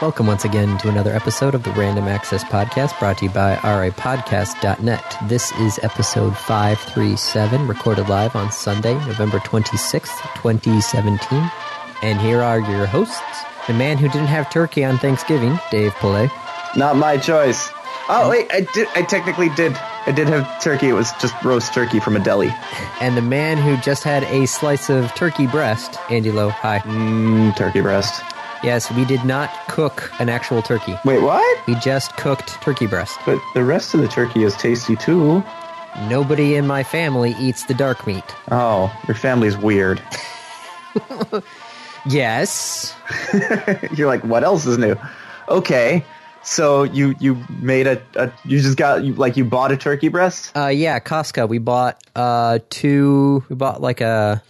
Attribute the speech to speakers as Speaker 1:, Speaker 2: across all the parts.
Speaker 1: Welcome once again to another episode of the Random Access Podcast brought to you by rapodcast.net. This is episode 537, recorded live on Sunday, November 26th, 2017. And here are your hosts the man who didn't have turkey on Thanksgiving, Dave Pillay.
Speaker 2: Not my choice. Oh wait, I did. I technically did. I did have turkey. It was just roast turkey from a deli.
Speaker 1: And the man who just had a slice of turkey breast, Andy Lowe. Hi.
Speaker 2: Mm, turkey breast.
Speaker 1: Yes, we did not cook an actual turkey.
Speaker 2: Wait, what?
Speaker 1: We just cooked turkey breast.
Speaker 2: But the rest of the turkey is tasty too.
Speaker 1: Nobody in my family eats the dark meat.
Speaker 2: Oh, your family's weird.
Speaker 1: Yes.
Speaker 2: You're like, what else is new? Okay, so you you made a, a you just got you, like you bought a turkey breast.
Speaker 1: Uh, yeah, Costco. We bought uh two. We bought like a,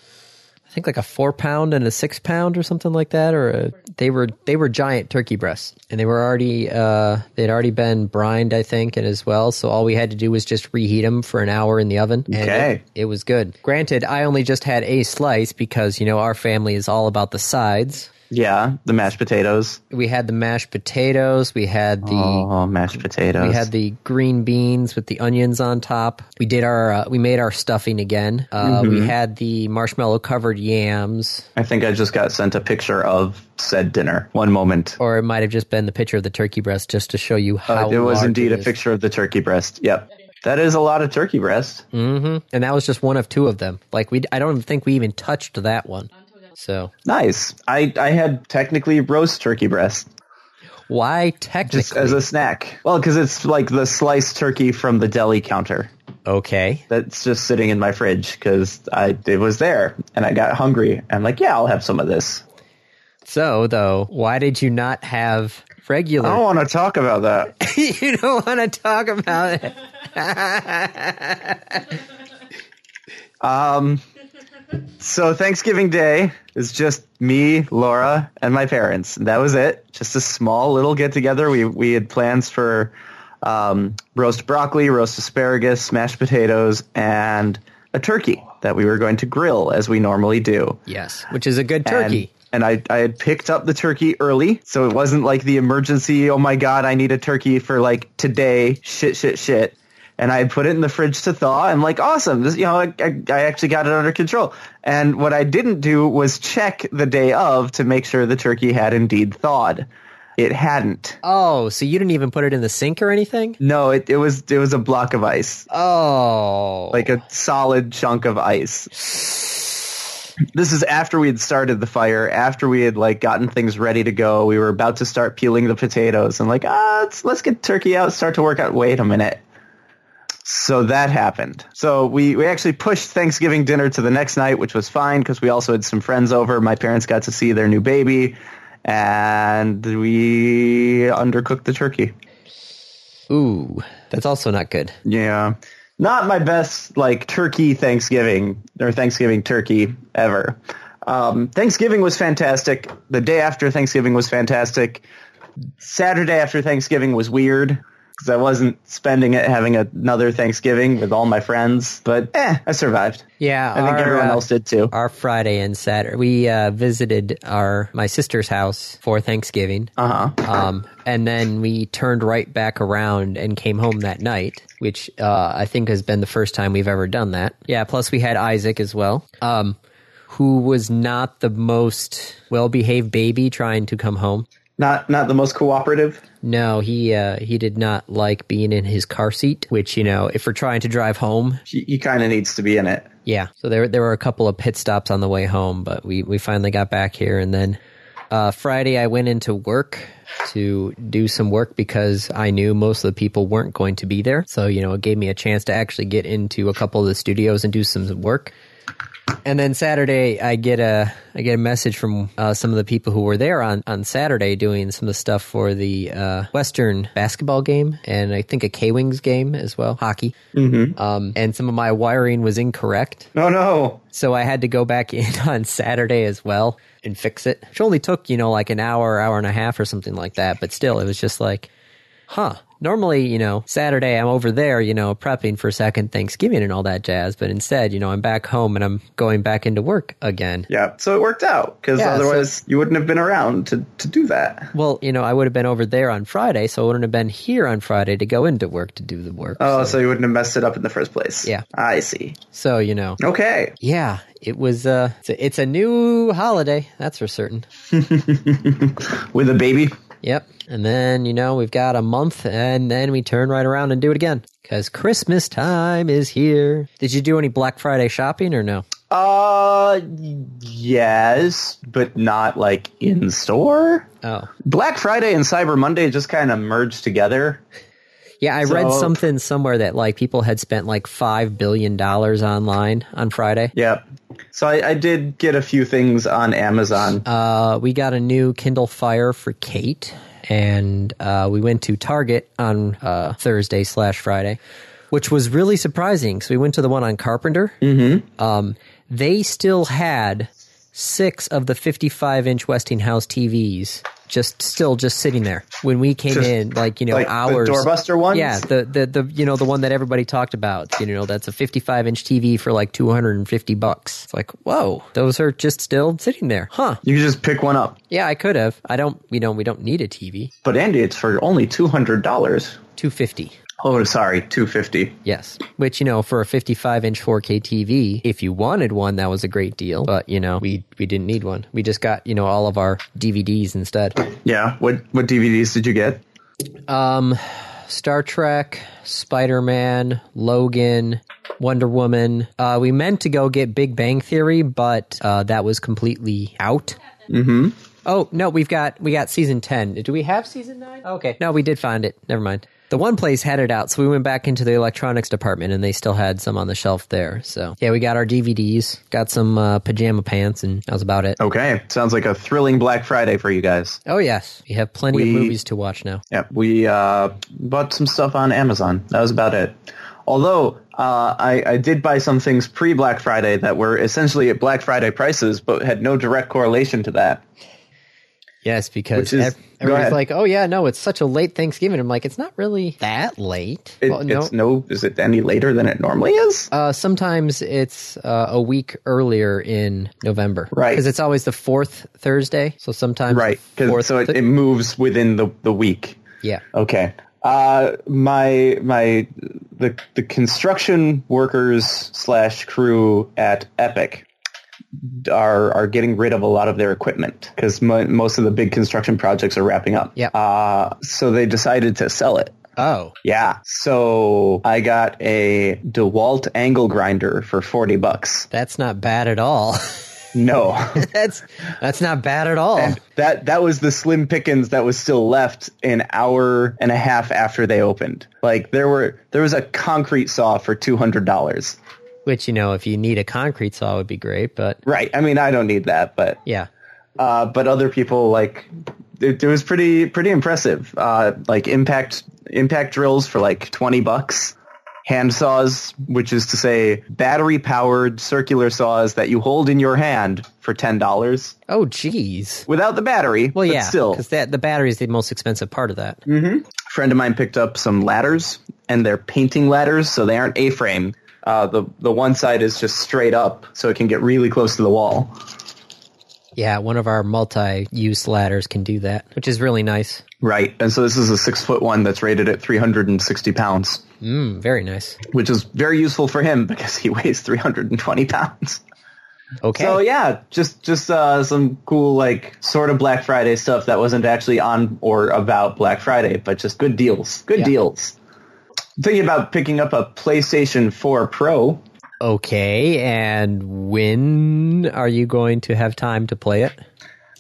Speaker 1: I think like a four pound and a six pound or something like that. Or a, they were they were giant turkey breasts, and they were already uh they'd already been brined, I think, and as well. So all we had to do was just reheat them for an hour in the oven. And
Speaker 2: Okay.
Speaker 1: it, it was good. Granted, I only just had a slice because you know our family is all about the sides.
Speaker 2: Yeah, the mashed potatoes.
Speaker 1: We had the mashed potatoes. We had the
Speaker 2: Oh, mashed potatoes.
Speaker 1: Mm. We had the green beans with the onions on top. We did our uh, we made our stuffing again. Uh,
Speaker 2: Mm-hmm.
Speaker 1: We had the marshmallow covered yams,
Speaker 2: I think I just got sent a picture of said dinner. One moment.
Speaker 1: or it might have just been the picture of the turkey breast just to show you how
Speaker 2: Uh, it was
Speaker 1: large
Speaker 2: indeed
Speaker 1: it
Speaker 2: a
Speaker 1: is.
Speaker 2: picture of the turkey breast. Yep. That is a lot of turkey breast.
Speaker 1: Hmm. And that was just one of two of them. Like we, I don't think we even touched that one. So
Speaker 2: Nice. I, I had technically roast turkey breast
Speaker 1: why
Speaker 2: just
Speaker 1: technically?
Speaker 2: as a snack. Well, because it's like the sliced turkey from the deli counter
Speaker 1: okay,
Speaker 2: that's just sitting in my fridge because I it was there and I got hungry. I'm like, yeah, I'll have some of this.
Speaker 1: so though, why did you not have regular?
Speaker 2: I don't want to talk about that.
Speaker 1: you don't want to talk about it.
Speaker 2: so Thanksgiving Day is just me, Laura, and my parents. That was it. Just a small little get together. We we had plans for um, roast broccoli, roast asparagus, mashed potatoes, and a turkey that we were going to grill as we normally do.
Speaker 1: Yes, which is a good
Speaker 2: And-
Speaker 1: turkey.
Speaker 2: And, I, I had picked up the turkey early, so it wasn't like the emergency, oh my god, I need a turkey for like today, shit, shit, shit. And I had put it in the fridge to thaw. I'm like, awesome, this, you know, I, I, I actually got it under control. And what I didn't do was check the day of to make sure the turkey had indeed thawed. It hadn't.
Speaker 1: oh, so you didn't even put it in the sink or anything?
Speaker 2: No, it, it was it was a block of ice,
Speaker 1: Oh,
Speaker 2: like a solid chunk of ice. this is after we had started the fire, after we had like gotten things ready to go. We were about to start peeling the potatoes and like, ah, let's, let's get turkey out, start to work out. Wait a minute. So that happened. So we, we actually pushed Thanksgiving dinner to the next night, which was fine because we also had some friends over. My parents got to see their new baby and we undercooked the turkey.
Speaker 1: ooh, that's also not good.
Speaker 2: Yeah. Not my best like turkey Thanksgiving or Thanksgiving turkey ever. Um, Thanksgiving was fantastic. The day after Thanksgiving was fantastic. Saturday after Thanksgiving was weird because I wasn't spending it having another Thanksgiving with all my friends. But eh, I survived.
Speaker 1: Yeah,
Speaker 2: I think
Speaker 1: our,
Speaker 2: everyone
Speaker 1: uh,
Speaker 2: else did too.
Speaker 1: Our Friday and Saturday, we uh, visited our my sister's house for Thanksgiving,
Speaker 2: Uh huh.
Speaker 1: um, and then we turned right back around and came home that night, which uh, I think has been the first time we've ever done that. Yeah, plus we had Isaac as well, um, who was not the most well behaved baby trying to come home.
Speaker 2: Not not the most cooperative.
Speaker 1: No, he uh, he did not like being in his car seat, which you know, if we're trying to drive home,
Speaker 2: He, he kind of needs to be in it.
Speaker 1: Yeah. So there there were a couple of pit stops on the way home, but we we finally got back here and then uh, Friday I went into work to do some work because I knew most of the people weren't going to be there. So, you know, it gave me a chance to actually get into a couple of the studios and do some work. And then Saturday, I get a I get a message from uh, some of the people who were there on, on Saturday doing some of the stuff for the uh, Western basketball game and I think a K Wings game as well, hockey. Mm-hmm. Um, and some of my wiring was incorrect,
Speaker 2: No, Oh, no.
Speaker 1: so I had to go back in on Saturday as well and fix it, which only took you know like an hour, hour and a half or something like that. But still, it was just like, huh. Normally, you know, Saturday I'm over there, you know, prepping for second Thanksgiving and all that jazz. But instead, you know, I'm back home and I'm going back into work again.
Speaker 2: Yeah. So it worked out because
Speaker 1: Yeah, so-
Speaker 2: otherwise you wouldn't have been around to, to do that.
Speaker 1: Well, you know, I would have been over there on Friday, so I wouldn't have been here on Friday to go into work to do the work.
Speaker 2: Oh, so, you wouldn't have messed it up in the first place.
Speaker 1: Yeah.
Speaker 2: I see.
Speaker 1: so you know,
Speaker 2: Okay.
Speaker 1: yeah, it was. Uh, it's a, it's a new holiday, that's for certain.
Speaker 2: With a baby.
Speaker 1: Yep. And then, you know, we've got a month and then we turn right around and do it again because Christmas time is here. Did you do any Black Friday shopping or no?
Speaker 2: Uh, yes, but not like in store.
Speaker 1: Oh.
Speaker 2: Black Friday and Cyber Monday just kind of merged together.
Speaker 1: Yeah, I read
Speaker 2: So-
Speaker 1: something somewhere that like people had spent like $5 billion online on Friday.
Speaker 2: Yep. So I, I did get a few things on Amazon.
Speaker 1: Uh, we got a new Kindle Fire for Kate, and uh, we went to Target on uh, Thursday slash Friday, which was really surprising. So we went to the one on Carpenter. Mm-hmm. Um, they still had six of the fifty-five inch Westinghouse TVs just still just sitting there when we came
Speaker 2: Just
Speaker 1: in, like you know
Speaker 2: like the
Speaker 1: hours
Speaker 2: doorbuster ones?
Speaker 1: Yeah, the, the the you know the one that everybody talked about. You know that's a 55 inch TV for like 250 bucks. It's like whoa, those are just still sitting there, huh?
Speaker 2: You can just pick one up.
Speaker 1: Yeah, I could have. I don't. You know, we don't need a TV.
Speaker 2: But Andy, it's for only two hundred dollars.
Speaker 1: Two fifty.
Speaker 2: Oh, sorry, two fifty.
Speaker 1: Yes, which you know, for a fifty-five inch four K TV, if you wanted one, that was a great deal. But you know, we we didn't need one. We just got you know all of our DVDs instead.
Speaker 2: Yeah. What what DVDs did you get?
Speaker 1: Um, Star Trek, Spider Man, Logan, Wonder Woman. Uh, we meant to go get Big Bang Theory, but uh, that was completely out. Mm-hmm. Oh no, we've got we got season ten. Do we have season nine? Okay, no, we did find it. Never mind. The one place had it out, so we went back into the electronics department, and they still had some on the shelf there. So yeah, we got our DVDs, got some uh, pajama pants, and that was about it.
Speaker 2: Okay, sounds like a thrilling Black Friday for you guys.
Speaker 1: Oh yes, we have plenty of
Speaker 2: We-
Speaker 1: movies to watch now.
Speaker 2: Yeah, we uh, bought some stuff on Amazon. That was about it. Although uh, I, I did buy some things pre Black Friday that were essentially at Black Friday prices, but had no direct correlation to that.
Speaker 1: Yes, because
Speaker 2: Which is-
Speaker 1: ev-
Speaker 2: go
Speaker 1: everybody's
Speaker 2: ahead.
Speaker 1: like, "Oh yeah, no, it's such a late Thanksgiving." I'm like, "It's not really that late."
Speaker 2: It,
Speaker 1: well, no.
Speaker 2: It's no, is it any later than it normally is?
Speaker 1: Uh, sometimes it's uh, a week earlier in November,
Speaker 2: Right.
Speaker 1: Because it's always the fourth Thursday, so sometimes
Speaker 2: Right,
Speaker 1: the
Speaker 2: 'cause-
Speaker 1: fourth.
Speaker 2: so it,
Speaker 1: Th-
Speaker 2: it moves within the, the week.
Speaker 1: yeah,
Speaker 2: Okay. Uh, my my the the construction workers slash crew at Epic are are getting rid of a lot of their equipment because most of the big construction projects are wrapping up.
Speaker 1: Yep.
Speaker 2: Uh, so they decided to sell it.
Speaker 1: oh,
Speaker 2: Yeah. So I got a DeWalt angle grinder for forty bucks.
Speaker 1: that's not bad at all.
Speaker 2: No.
Speaker 1: that's that's not bad at all.
Speaker 2: That that was the slim pickings that was still left an hour and a half after they opened. Like there were there was a concrete saw for two hundred dollars.
Speaker 1: Which you know, if you need a concrete saw, would be great, but
Speaker 2: Right. I mean, I don't need that, but
Speaker 1: yeah,
Speaker 2: uh, but other people like it, it was pretty pretty impressive. Uh, like impact impact drills for like twenty bucks. Hand saws, which is to say battery powered circular saws that you hold in your hand for ten dollars
Speaker 1: oh, geez.
Speaker 2: without the battery.
Speaker 1: Well,
Speaker 2: but
Speaker 1: yeah,
Speaker 2: still Mm.
Speaker 1: because that the battery is the most expensive part of that.
Speaker 2: friend of mine picked up some ladders, and they're painting ladders, so they aren't A-frame. Uh, the the one side is just straight up, so it can get really close to the wall.
Speaker 1: Yeah, one of our multi-use ladders can do that, which is really nice.
Speaker 2: Right, and so this is a six foot one that's rated at 360 pounds,
Speaker 1: Mm, very nice.
Speaker 2: which is very useful for him because he weighs 320 pounds.
Speaker 1: Okay.
Speaker 2: So yeah, just just uh, some cool like sort of Black Friday stuff that wasn't actually on or about Black Friday, but just good deals, good
Speaker 1: Yeah.
Speaker 2: deals. I'm thinking about picking up a PlayStation 4 Pro.
Speaker 1: okay, and when are you going to have time to play it?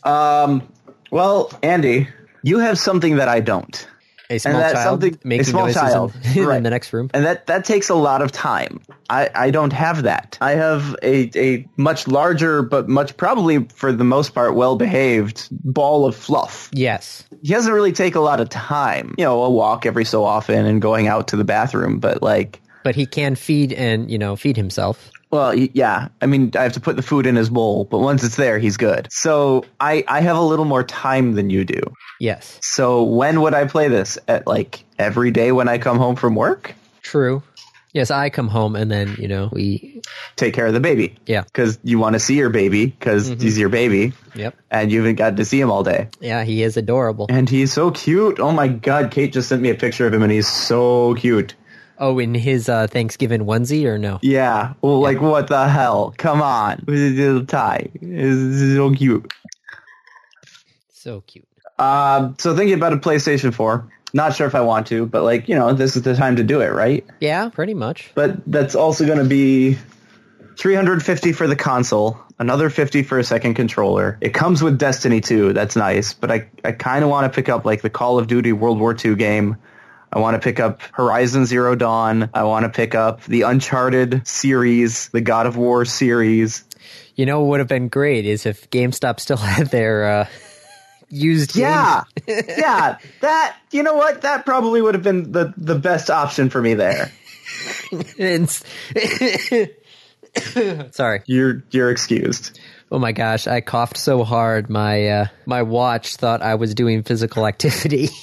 Speaker 2: Um, well, Andy, you have something that I don't,
Speaker 1: A small
Speaker 2: that's
Speaker 1: child
Speaker 2: something- a
Speaker 1: making
Speaker 2: small
Speaker 1: noises
Speaker 2: child,
Speaker 1: in, in
Speaker 2: right.
Speaker 1: the next room.
Speaker 2: and that that takes a lot of time. I I don't have that. I have a a much larger, but much probably for the most part well behaved ball of fluff.
Speaker 1: Yes.
Speaker 2: He doesn't really take a lot of time. You know, a walk every so often and going out to the bathroom, but like.
Speaker 1: but he can feed and you know feed himself.
Speaker 2: Well, y- yeah. I mean, I have to put the food in his bowl, but once it's there, he's good. So I, I have a little more time than you do.
Speaker 1: Yes,
Speaker 2: So when would I play this? At like every day when I come home from work?
Speaker 1: true. Yes, I come home and then you know we.
Speaker 2: Take care of the baby.
Speaker 1: Yeah.
Speaker 2: Because you want to see your baby because he's your baby
Speaker 1: Yep.
Speaker 2: and you haven't gotten to see him all day.
Speaker 1: Yeah, he is adorable.
Speaker 2: And he's so cute. Oh my God. Kate just sent me a picture of him and he's so cute.
Speaker 1: Oh, in his uh, Thanksgiving onesie or no?
Speaker 2: Yeah. Well, like, what the hell? Come on. With his little tie. It's so cute.
Speaker 1: So cute.
Speaker 2: Um, so thinking about a PlayStation 4. Not sure if I want to, but like, you know, this is the time to do it, right?
Speaker 1: Yeah, pretty much.
Speaker 2: But that's also going to be 350 for the console, another 50 for a second controller. It comes with Destiny 2. That's nice, but I I kind of want to pick up like the Call of Duty World War II game. I want to pick up Horizon Zero Dawn. I want to pick up the Uncharted series, the God of War series.
Speaker 1: You know, what would have been great is if GameStop still had their uh, used. games.
Speaker 2: Yeah, yeah. That you know what? That probably would have been the the best option for me there.
Speaker 1: It's- Sorry.
Speaker 2: You're you're excused.
Speaker 1: Oh my gosh, I coughed so hard my uh, my watch thought I was doing physical activity.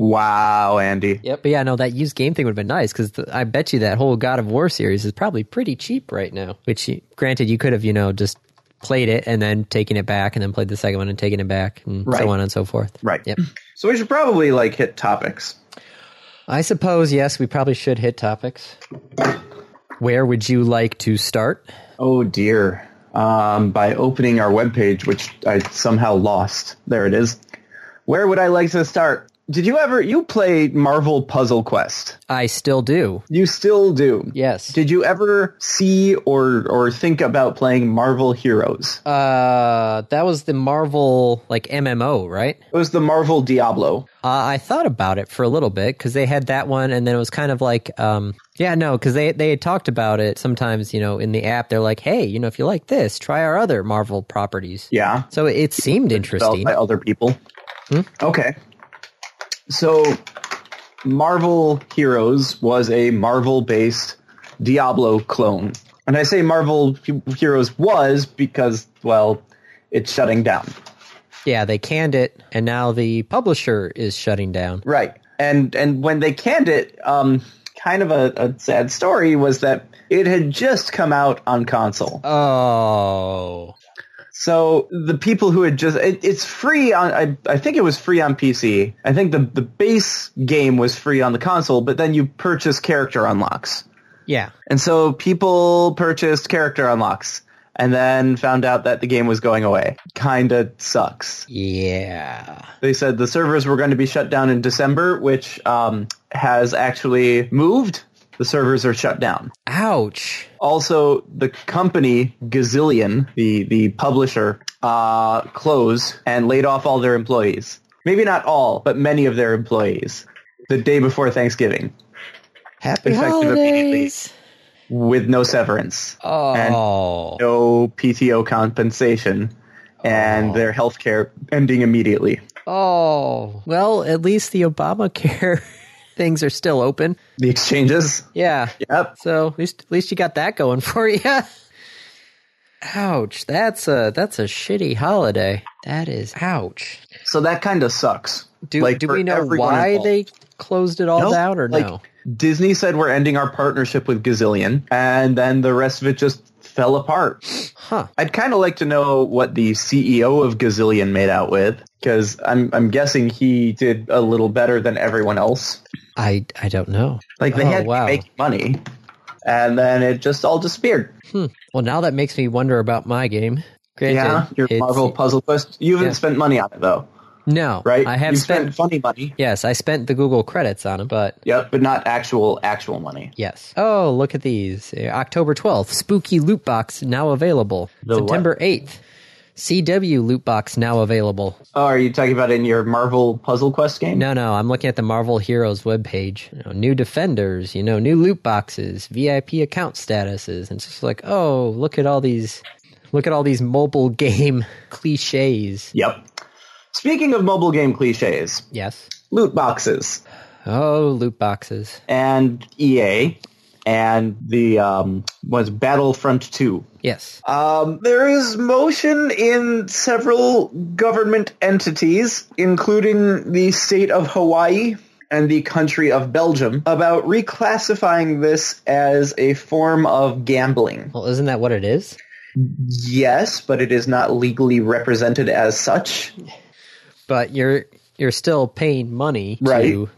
Speaker 2: Wow, Andy.
Speaker 1: Yep. But yeah, no, that used game thing would have been nice because I bet you that whole God of War series is probably pretty cheap right now. Which, you- granted, you could have you know just played it and then taken it back and then played the second one and taken it back and
Speaker 2: Right.
Speaker 1: so on and so forth.
Speaker 2: Right.
Speaker 1: Yep.
Speaker 2: So we should probably like hit topics.
Speaker 1: I suppose yes, we probably should hit topics. Where would you like to start?
Speaker 2: Oh dear. Um, by opening our webpage, which I somehow lost. There it is. Where would I like to start? Did you ever you play Marvel Puzzle Quest?
Speaker 1: I still do.
Speaker 2: You still do.
Speaker 1: Yes.
Speaker 2: Did you ever see or or think about playing Marvel Heroes?
Speaker 1: Uh, that was the Marvel like MMO, right?
Speaker 2: It was the Marvel Diablo.
Speaker 1: Uh, I thought about it for a little bit because they had that one, and then it was kind of like, um, yeah, no, because they they had talked about it sometimes. You know, in the app, they're like, hey, you know, if you like this, try our other Marvel properties.
Speaker 2: Yeah.
Speaker 1: So it, it seemed
Speaker 2: developed
Speaker 1: interesting.
Speaker 2: by other people. Okay. So Marvel Heroes was a Marvel-based Diablo clone. And I say Marvel He- Heroes was because, well, it's shutting down.
Speaker 1: Yeah, they canned it, and now the publisher is shutting down.
Speaker 2: Right. And and when they canned it, um, kind of a, a sad story was that it had just come out on console.
Speaker 1: Oh,
Speaker 2: So the people who had just it, it's free on I, I think it was free on PC. I think the the base game was free on the console, but then you purchase character unlocks.
Speaker 1: yeah,
Speaker 2: And so people purchased character unlocks and then found out that the game was going away. Kinda sucks.
Speaker 1: yeah.
Speaker 2: They said the servers were going to be shut down in December, which um, has actually moved. The servers are shut down.
Speaker 1: Ouch.
Speaker 2: Also, the company Gazillion, the the publisher, uh, closed and laid off all their employees. Maybe not all, but many of their employees the day before Thanksgiving,
Speaker 1: Happy
Speaker 2: Effective immediately.
Speaker 1: holidays.
Speaker 2: with no severance,
Speaker 1: Oh,
Speaker 2: no PTO compensation, and their health care ending immediately.
Speaker 1: oh. Well, at least the Obamacare things are still open.
Speaker 2: The exchanges,
Speaker 1: Yeah.
Speaker 2: yep,
Speaker 1: So at least at least you got that going for you. Ouch. That's a that's a shitty holiday. That is ouch.
Speaker 2: So that kind of sucks.
Speaker 1: Do
Speaker 2: Like,
Speaker 1: do
Speaker 2: for
Speaker 1: we know
Speaker 2: everyone
Speaker 1: why
Speaker 2: involved.
Speaker 1: they closed it all
Speaker 2: Nope,
Speaker 1: down or
Speaker 2: like,
Speaker 1: no?
Speaker 2: Disney said we're ending our partnership with Gazillion, and then the rest of it just fell apart.
Speaker 1: Huh.
Speaker 2: I'd kind of like to know what the CEO of Gazillion made out with, because I'm I'm guessing he did a little better than everyone else.
Speaker 1: I I don't know.
Speaker 2: Like they
Speaker 1: Oh,
Speaker 2: had to
Speaker 1: wow.
Speaker 2: make money, and then it just all disappeared.
Speaker 1: Well, now that makes me wonder about my game. Granted,
Speaker 2: yeah, your
Speaker 1: it's-
Speaker 2: Marvel Puzzle Quest. You haven't
Speaker 1: Yeah.
Speaker 2: spent money on it though,
Speaker 1: No,
Speaker 2: right?
Speaker 1: I have
Speaker 2: You've
Speaker 1: spent,
Speaker 2: funny money.
Speaker 1: Yes, I spent the Google credits on it, but
Speaker 2: Yep, but not actual actual money.
Speaker 1: yes. Oh, look at these. Uh, October 12th, Spooky Loot Box now available.
Speaker 2: The what?
Speaker 1: September 8th, CW Loot Box now available.
Speaker 2: Oh, are you talking about in your Marvel Puzzle Quest game?
Speaker 1: No, no, I'm looking at the Marvel Heroes webpage. You know, new defenders, you know, new loot boxes, VIP account statuses, and it's just like, oh, look at all these, look at all these mobile game cliches.
Speaker 2: Yep. Speaking of mobile game cliches,
Speaker 1: Yes.
Speaker 2: loot boxes.
Speaker 1: Oh, loot boxes.
Speaker 2: and EA and the um, was Battlefront 2.
Speaker 1: Yes.
Speaker 2: Um, there is motion in several government entities, including the state of Hawaii and the country of Belgium, about reclassifying this as a form of gambling.
Speaker 1: Well, isn't that what it is?
Speaker 2: Yes, but it is not legally represented as such.
Speaker 1: But you're you're still paying money
Speaker 2: Right.
Speaker 1: to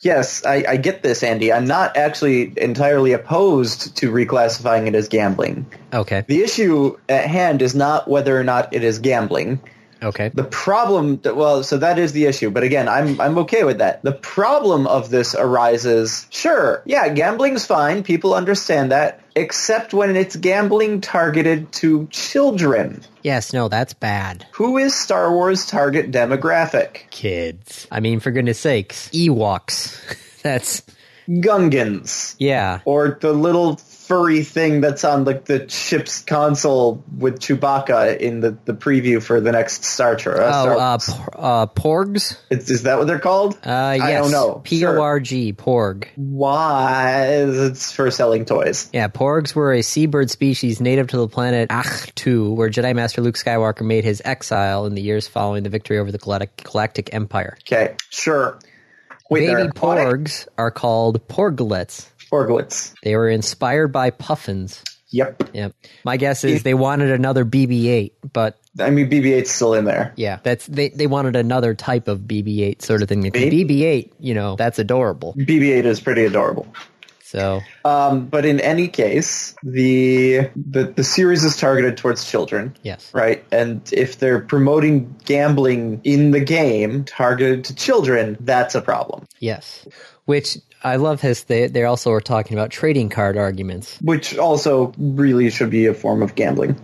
Speaker 2: Yes, I, I get this, Andy. I'm not actually entirely opposed to reclassifying it as gambling.
Speaker 1: Okay.
Speaker 2: The issue at hand is not whether or not it is gambling.
Speaker 1: Okay.
Speaker 2: The problem, well, so that is the issue. But again, I'm I'm okay with that. The problem of this arises. Sure, yeah, gambling's fine. People understand that, except when it's gambling targeted to children.
Speaker 1: Yes, no, that's bad.
Speaker 2: Who is Star Wars' target demographic?
Speaker 1: Kids. I mean, for goodness sakes, Ewoks. that's
Speaker 2: Gungans,
Speaker 1: yeah.
Speaker 2: or the little furry thing that's on like the ship's console with Chewbacca in the, the preview for the next Star Trek. uh, Star
Speaker 1: Oh, uh,
Speaker 2: Wars.
Speaker 1: por- uh, porgs.
Speaker 2: Is, is that what they're called?
Speaker 1: Uh, yes.
Speaker 2: I don't know.
Speaker 1: P O R G. Porg.
Speaker 2: Why? It's for selling toys.
Speaker 1: Yeah, porgs were a seabird species native to the planet Achtu, where Jedi Master Luke Skywalker made his exile in the years following the victory over the Galact- Galactic Empire.
Speaker 2: Okay, sure. Wait, they're
Speaker 1: Baby
Speaker 2: aquatic
Speaker 1: porgs are called porglets.
Speaker 2: porglets.
Speaker 1: They were inspired by puffins.
Speaker 2: Yep.
Speaker 1: Yep. My guess is they wanted another BB-8, but
Speaker 2: I mean, BB-8's still in there.
Speaker 1: yeah, that's they, they wanted another type of BB-8 sort of thing. The
Speaker 2: Maybe.
Speaker 1: BB-8, you know, that's adorable.
Speaker 2: BB-8 is pretty adorable.
Speaker 1: So
Speaker 2: Um, but in any case, the, the the series is targeted towards children.
Speaker 1: yes,
Speaker 2: Right, and if they're promoting gambling in the game targeted to children, that's a problem.
Speaker 1: yes. Which I love his. They they also were talking about trading card arguments.
Speaker 2: Which also really should be a form of gambling.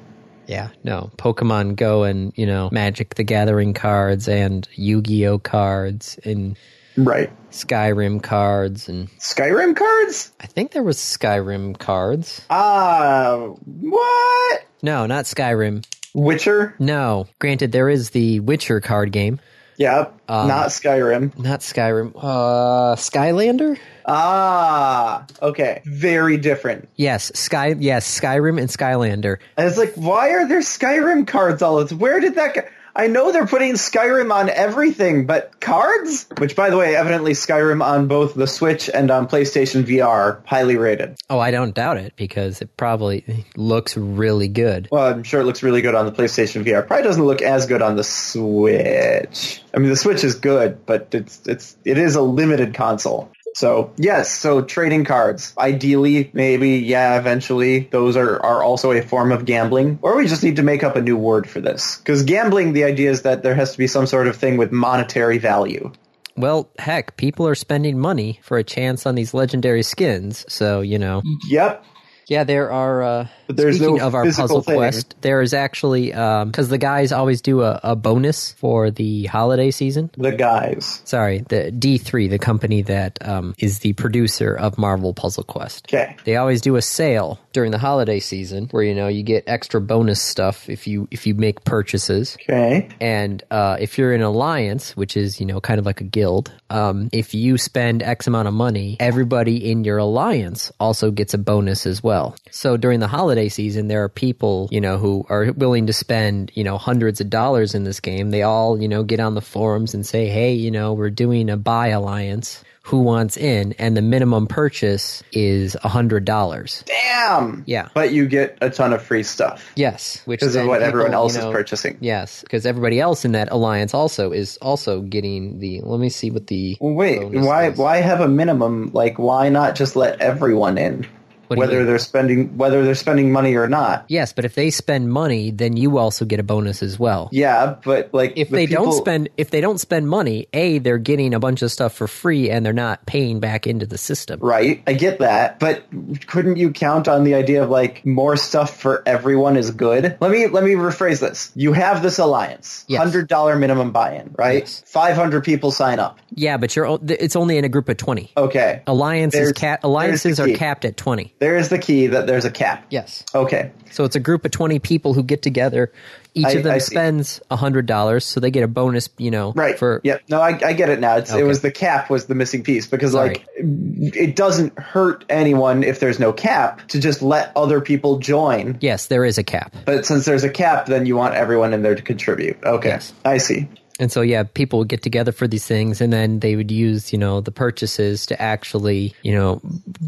Speaker 1: Yeah, no, Pokemon Go and you know Magic the Gathering cards and Yu-Gi-Oh cards and
Speaker 2: Right.
Speaker 1: Skyrim cards and
Speaker 2: Skyrim cards?
Speaker 1: I think there was Skyrim cards.
Speaker 2: Ah, what?
Speaker 1: No, not Skyrim.
Speaker 2: Witcher?
Speaker 1: No. Granted, there is the Witcher card game,
Speaker 2: Yep. not Skyrim.
Speaker 1: not Skyrim. Uh, Skylander.
Speaker 2: Ah, okay. Very different.
Speaker 1: Yes, Sky. Yes, Skyrim and Skylander.
Speaker 2: I was like, why are there Skyrim cards all this? Where did that go? I know they're putting Skyrim on everything, but cards? Which, by the way, evidently Skyrim on both the Switch and on PlayStation VR, highly rated.
Speaker 1: Oh, I don't doubt it because it probably looks really good.
Speaker 2: Well, I'm sure it looks really good on the PlayStation VR. Probably doesn't look as good on the Switch. I mean, the Switch is good, but it's it's it is a limited console. So yes, so trading cards. Ideally, maybe, yeah, eventually, those are, are also a form of gambling. Or we just need to make up a new word for this. Because gambling, the idea is that there has to be some sort of thing with monetary value.
Speaker 1: Well, heck, people are spending money for a chance on these legendary skins, so you know.
Speaker 2: Yep.
Speaker 1: Yeah, there are. Uh,
Speaker 2: Mm. But there's
Speaker 1: speaking
Speaker 2: no
Speaker 1: of our
Speaker 2: physical
Speaker 1: puzzle
Speaker 2: thing.
Speaker 1: quest, there is actually because the guys always do a, a bonus for the holiday season.
Speaker 2: The guys.
Speaker 1: Sorry, the D3, the company that um, is the producer of Marvel Puzzle Quest.
Speaker 2: Okay.
Speaker 1: They always do a sale during the holiday season where you know you get extra bonus stuff if you if you make purchases.
Speaker 2: Okay.
Speaker 1: And uh, if you're in alliance, which is you know kind of like a guild, um, if you spend X amount of money, everybody in your alliance also gets a bonus as well. So during the holiday season, there are people you know who are willing to spend you know hundreds of dollars in this game. They all you know get on the forums and say, hey, you know we're doing a buy alliance. Who wants in? And the minimum purchase is a hundred dollars.
Speaker 2: Damn.
Speaker 1: Yeah.
Speaker 2: But you get a ton of free stuff
Speaker 1: Yes, which
Speaker 2: because of
Speaker 1: then
Speaker 2: what everyone
Speaker 1: people,
Speaker 2: else
Speaker 1: you know,
Speaker 2: is purchasing.
Speaker 1: Yes, because everybody else in that alliance also is also getting the. Let me see what the.
Speaker 2: Well, Wait,
Speaker 1: bonus
Speaker 2: why
Speaker 1: is.
Speaker 2: why have a minimum? Like, why not just let everyone in,
Speaker 1: What do you
Speaker 2: whether
Speaker 1: mean?
Speaker 2: they're spending whether they're spending money or not?
Speaker 1: Yes, but if they spend money, then you also get a bonus as well.
Speaker 2: Yeah, but like
Speaker 1: If
Speaker 2: the
Speaker 1: they don't
Speaker 2: people-
Speaker 1: spend, if they don't spend money, a they're getting a bunch of stuff for free and they're not paying back into the system.
Speaker 2: right, I get that, but couldn't you count on the idea of like more stuff for everyone is good? Let me let me rephrase this. You have this alliance,
Speaker 1: Yes.
Speaker 2: hundred dollar minimum buy in, right?
Speaker 1: Yes.
Speaker 2: Five hundred people sign up.
Speaker 1: Yeah, but you're o- th- it's only in a group of twenty.
Speaker 2: Okay,
Speaker 1: Alliances
Speaker 2: There's-
Speaker 1: cat
Speaker 2: there's
Speaker 1: alliances
Speaker 2: the
Speaker 1: are
Speaker 2: key.
Speaker 1: capped at twenty.
Speaker 2: There is the key that there's a cap.
Speaker 1: Yes.
Speaker 2: Okay.
Speaker 1: So it's a group of 20 people who get together. Each
Speaker 2: I-
Speaker 1: of them
Speaker 2: I see.
Speaker 1: spends a $100, so they get a bonus, you know,
Speaker 2: Right.
Speaker 1: for
Speaker 2: yep. No, I, I get it now. It's,
Speaker 1: Okay.
Speaker 2: It was the cap was the missing piece because
Speaker 1: Sorry.
Speaker 2: like it doesn't hurt anyone if there's no cap to just let other people join.
Speaker 1: Yes, there is a cap.
Speaker 2: But since there's a cap, then you want everyone in there to contribute. Okay, I see.
Speaker 1: And so, yeah, people would get together for these things, and then they would use, you know, the purchases to actually, you know,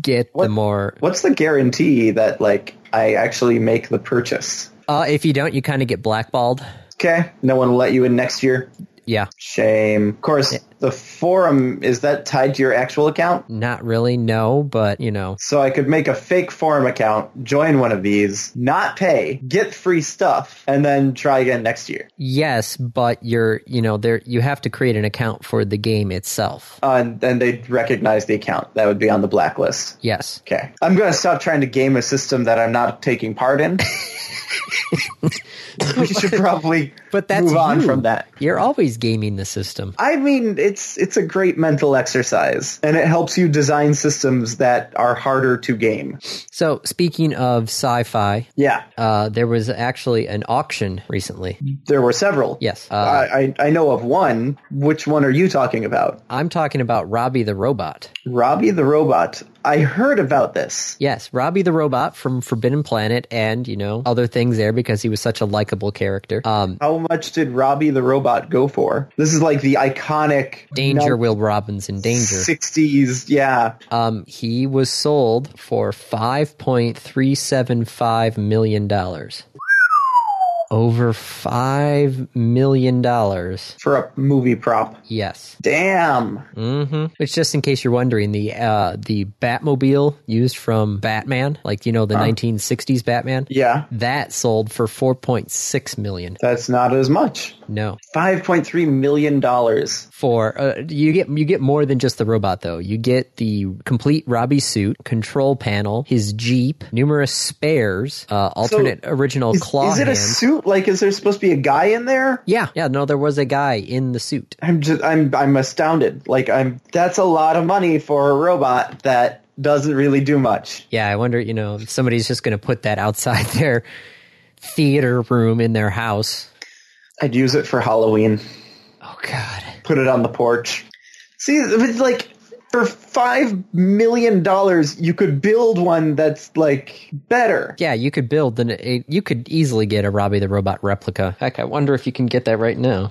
Speaker 1: get the more.
Speaker 2: What's the guarantee that like I actually make the purchase?
Speaker 1: Uh, if you don't, you kind of get blackballed.
Speaker 2: Okay, no one will let you in next year.
Speaker 1: Yeah,
Speaker 2: Shame. Of course, the forum is that tied to your actual account?
Speaker 1: not really, no, but you know,
Speaker 2: So I could make a fake forum account, join one of these, not pay, get free stuff, and then try again next year.
Speaker 1: yes, but you're, you know, there you have to create an account for the game itself.
Speaker 2: Uh, and then they'd recognize the account. That would be on the blacklist.
Speaker 1: Yes,
Speaker 2: Okay. I'm going to stop trying to game a system that I'm not taking part in. we should probably
Speaker 1: But that's
Speaker 2: move on
Speaker 1: you.
Speaker 2: from that.
Speaker 1: you're always gaming the system.
Speaker 2: I mean, it's it's a great mental exercise, and it helps you design systems that are harder to game.
Speaker 1: So, speaking of sci-fi,
Speaker 2: Yeah,
Speaker 1: uh, there was actually an auction recently.
Speaker 2: there were several.
Speaker 1: Yes, uh,
Speaker 2: I, I I know of one. Which one are you talking about?
Speaker 1: I'm talking about Robbie the robot.
Speaker 2: Robbie the robot. I heard about this.
Speaker 1: Yes, Robbie the robot from Forbidden Planet and, you know, other things there because he was such a likable character. Um
Speaker 2: How much did Robbie the robot go for? This is like the iconic
Speaker 1: Danger Will Robinson Danger.
Speaker 2: sixties. Yeah,
Speaker 1: Um he was sold for 5.375 million dollars. Over 5 million dollars.
Speaker 2: for a movie prop.
Speaker 1: Yes.
Speaker 2: Damn.
Speaker 1: Mhm. Which just in case you're wondering, the uh the Batmobile used from Batman, like you know the 1960s Batman,
Speaker 2: Yeah,
Speaker 1: that sold for 4.6 million.
Speaker 2: that's not as much.
Speaker 1: No.
Speaker 2: Five point three million dollars.
Speaker 1: for uh, you get you get more than just the robot though. You get the complete Robbie suit, control panel, his jeep, numerous spares, uh, alternate original claw
Speaker 2: Is it
Speaker 1: hand.
Speaker 2: a suit? Like, is there supposed to be a guy in there?
Speaker 1: yeah, yeah. No, there was a guy in the suit.
Speaker 2: I'm just, I'm, I'm astounded. Like, I'm. That's a lot of money for a robot that doesn't really do much.
Speaker 1: Yeah, I wonder. You know, if somebody's just going to put that outside their theater room in their house.
Speaker 2: I'd use it for Halloween.
Speaker 1: Oh God.
Speaker 2: Put it on the porch. See, if it's like for five million dollars, you could build one that's like better.
Speaker 1: Yeah, you could build then you could easily get a Robbie the Robot replica. Heck, I wonder if you can get that right now.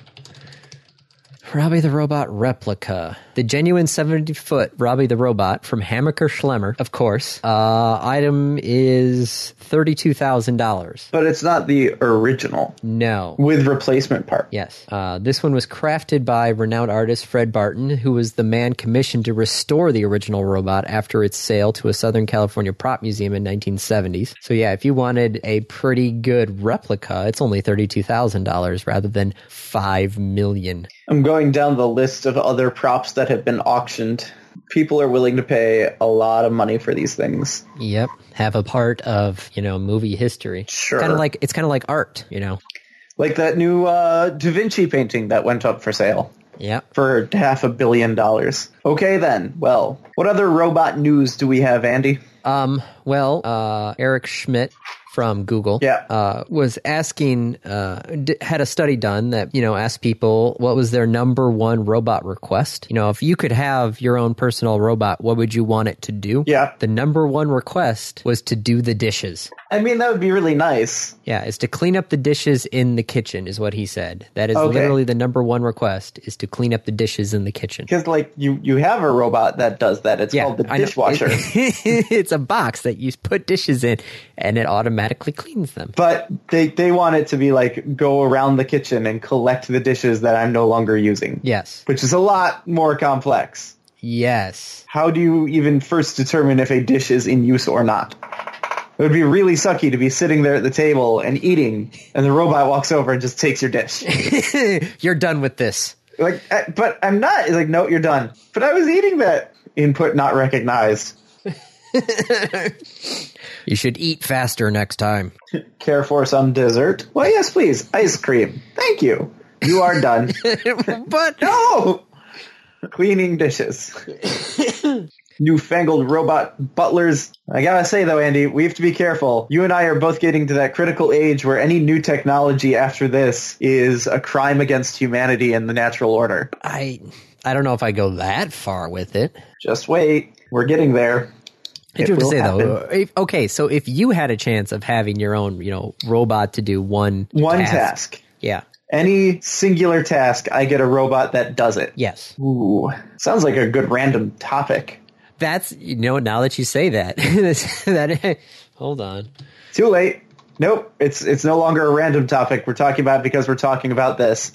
Speaker 1: Robbie the Robot replica. The genuine 70 foot Robbie the Robot from Hammaker Schlemmer, of course. Uh, item is $32,000.
Speaker 2: But it's not the original
Speaker 1: No.
Speaker 2: with replacement part.
Speaker 1: Yes. Uh, this one was crafted by renowned artist Fred Barton, who was the man commissioned to restore the original robot after its sale to a Southern California prop museum in 1970s. So yeah, if you wanted a pretty good replica, it's only $32,000 rather than 5 million.
Speaker 2: I'm going down the list of other props that have been auctioned. People are willing to pay a lot of money for these things.
Speaker 1: Yep, have a part of, you know, movie history.
Speaker 2: Sure.
Speaker 1: Kind of like it's kind of like art, you know.
Speaker 2: Like that new uh, Da Vinci painting that went up for sale
Speaker 1: Yeah.
Speaker 2: for half a billion dollars. Okay then. Well, what other robot news do we have, Andy?
Speaker 1: Um, well, uh, Eric Schmidt from Google
Speaker 2: Yeah.
Speaker 1: uh, was asking, uh, d- had a study done that, you know, asked people what was their number one robot request. You know, if you could have your own personal robot, what would you want it to do?
Speaker 2: Yeah.
Speaker 1: The number one request was to do the dishes.
Speaker 2: I mean, that would be really nice.
Speaker 1: Yeah, is to clean up the dishes in the kitchen, is what he said. That is
Speaker 2: Okay.
Speaker 1: literally the number one request is to clean up the dishes in the kitchen.
Speaker 2: Because, like, you, you have a robot that does that. It's called the
Speaker 1: I know.
Speaker 2: dishwasher.
Speaker 1: it's a box that you put dishes in, and it automatically cleans them.
Speaker 2: but they, they want it to be, like, go around the kitchen and collect the dishes that I'm no longer using.
Speaker 1: Yes,
Speaker 2: Which is a lot more complex.
Speaker 1: yes,
Speaker 2: How do you even first determine if a dish is in use or not? It would be really sucky to be sitting there at the table and eating, and the robot walks over and just takes your dish.
Speaker 1: you're done with this.
Speaker 2: like, I- but I'm not. It's like, no, you're done. But I was eating that. Input not recognized.
Speaker 1: You should eat faster next time.
Speaker 2: Care for some dessert? Well, yes, please. Ice cream. Thank you. You are done. Oh!
Speaker 1: but
Speaker 2: no! Cleaning dishes. newfangled robot butlers. I gotta say though, Andy, we have to be careful. You and I are both getting to that critical age where any new technology after this is a crime against humanity and the natural order.
Speaker 1: I I don't know if I go that far with it.
Speaker 2: Just wait. We're getting there.
Speaker 1: I do have
Speaker 2: It
Speaker 1: to
Speaker 2: will
Speaker 1: say though,
Speaker 2: happen.
Speaker 1: if, okay, so if you had a chance of having your own, you know, robot to do one
Speaker 2: One task.
Speaker 1: yeah,
Speaker 2: Any singular task, I get a robot that does it.
Speaker 1: yes,
Speaker 2: Ooh. Sounds like a good random topic.
Speaker 1: that's you know, now that you say that, this- that hold on,
Speaker 2: Too late. Nope. It's it's no longer a random topic we're talking about because we're talking about this.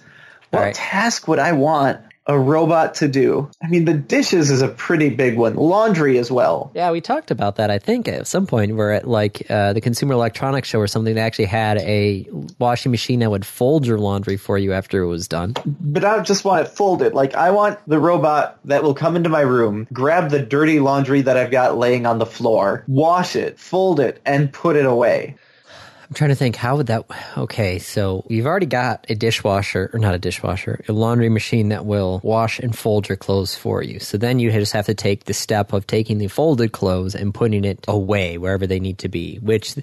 Speaker 2: What
Speaker 1: All right.
Speaker 2: task would I want a robot to do? I mean, the dishes is a pretty big one. Laundry as well.
Speaker 1: yeah, we talked about that. I think at some point we're at like uh, the Consumer Electronics Show or something that actually had a washing machine that would fold your laundry for you after it was done.
Speaker 2: But I don't just want it folded. Like I want the robot that will come into my room, grab the dirty laundry that I've got laying on the floor, wash it, fold it, and put it away.
Speaker 1: I'm trying to think how would that okay so you've already got a dishwasher or not a dishwasher a laundry machine that will wash and fold your clothes for you so then you just have to take the step of taking the folded clothes and putting it away wherever they need to be which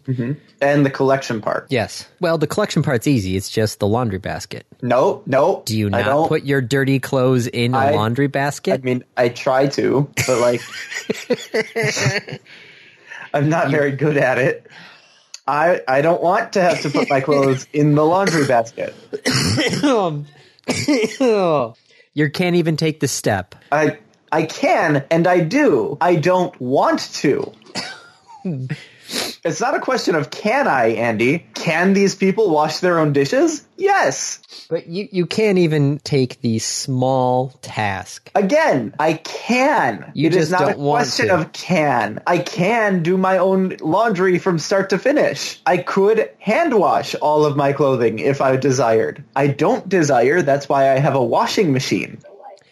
Speaker 2: And the collection part.
Speaker 1: yes well the collection part's easy it's just the laundry basket
Speaker 2: Nope, nope.
Speaker 1: do you
Speaker 2: I
Speaker 1: not
Speaker 2: don't.
Speaker 1: put your dirty clothes in a
Speaker 2: I-
Speaker 1: laundry
Speaker 2: I
Speaker 1: basket
Speaker 2: mean, I try to, but like, I'm not very good at it. I I don't want to have to put my clothes in the laundry basket.
Speaker 1: you can't even take the step
Speaker 2: I I can and I do. I don't want to. It's not a question of can I, Andy. Can these people wash their own dishes? Yes.
Speaker 1: but you, you can't even take the small task
Speaker 2: Again, I can.
Speaker 1: You
Speaker 2: it is
Speaker 1: just
Speaker 2: not
Speaker 1: don't
Speaker 2: a
Speaker 1: want
Speaker 2: question
Speaker 1: to.
Speaker 2: of can. I can do my own laundry from start to finish. I could hand wash all of my clothing if I desired. I don't desire. That's why I have a washing machine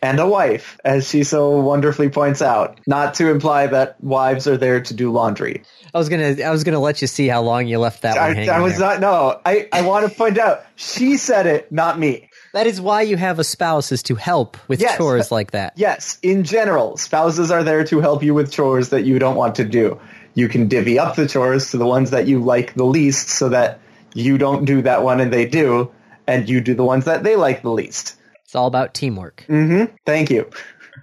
Speaker 2: and a wife, as she so wonderfully points out. Not to imply that wives are there to do laundry.
Speaker 1: I was gonna, I was gonna let you see how long you left that one
Speaker 2: I,
Speaker 1: hanging.
Speaker 2: I was
Speaker 1: there.
Speaker 2: not. No, I. I want to point out. She said it, not me.
Speaker 1: that is why you have a spouse is to help with
Speaker 2: Yes.
Speaker 1: chores like that.
Speaker 2: Yes, in general, spouses are there to help you with chores that you don't want to do. You can divvy up the chores to the ones that you like the least so that you don't do that one and they do, and you do the ones that they like the least.
Speaker 1: It's all about teamwork.
Speaker 2: Mm. Thank you.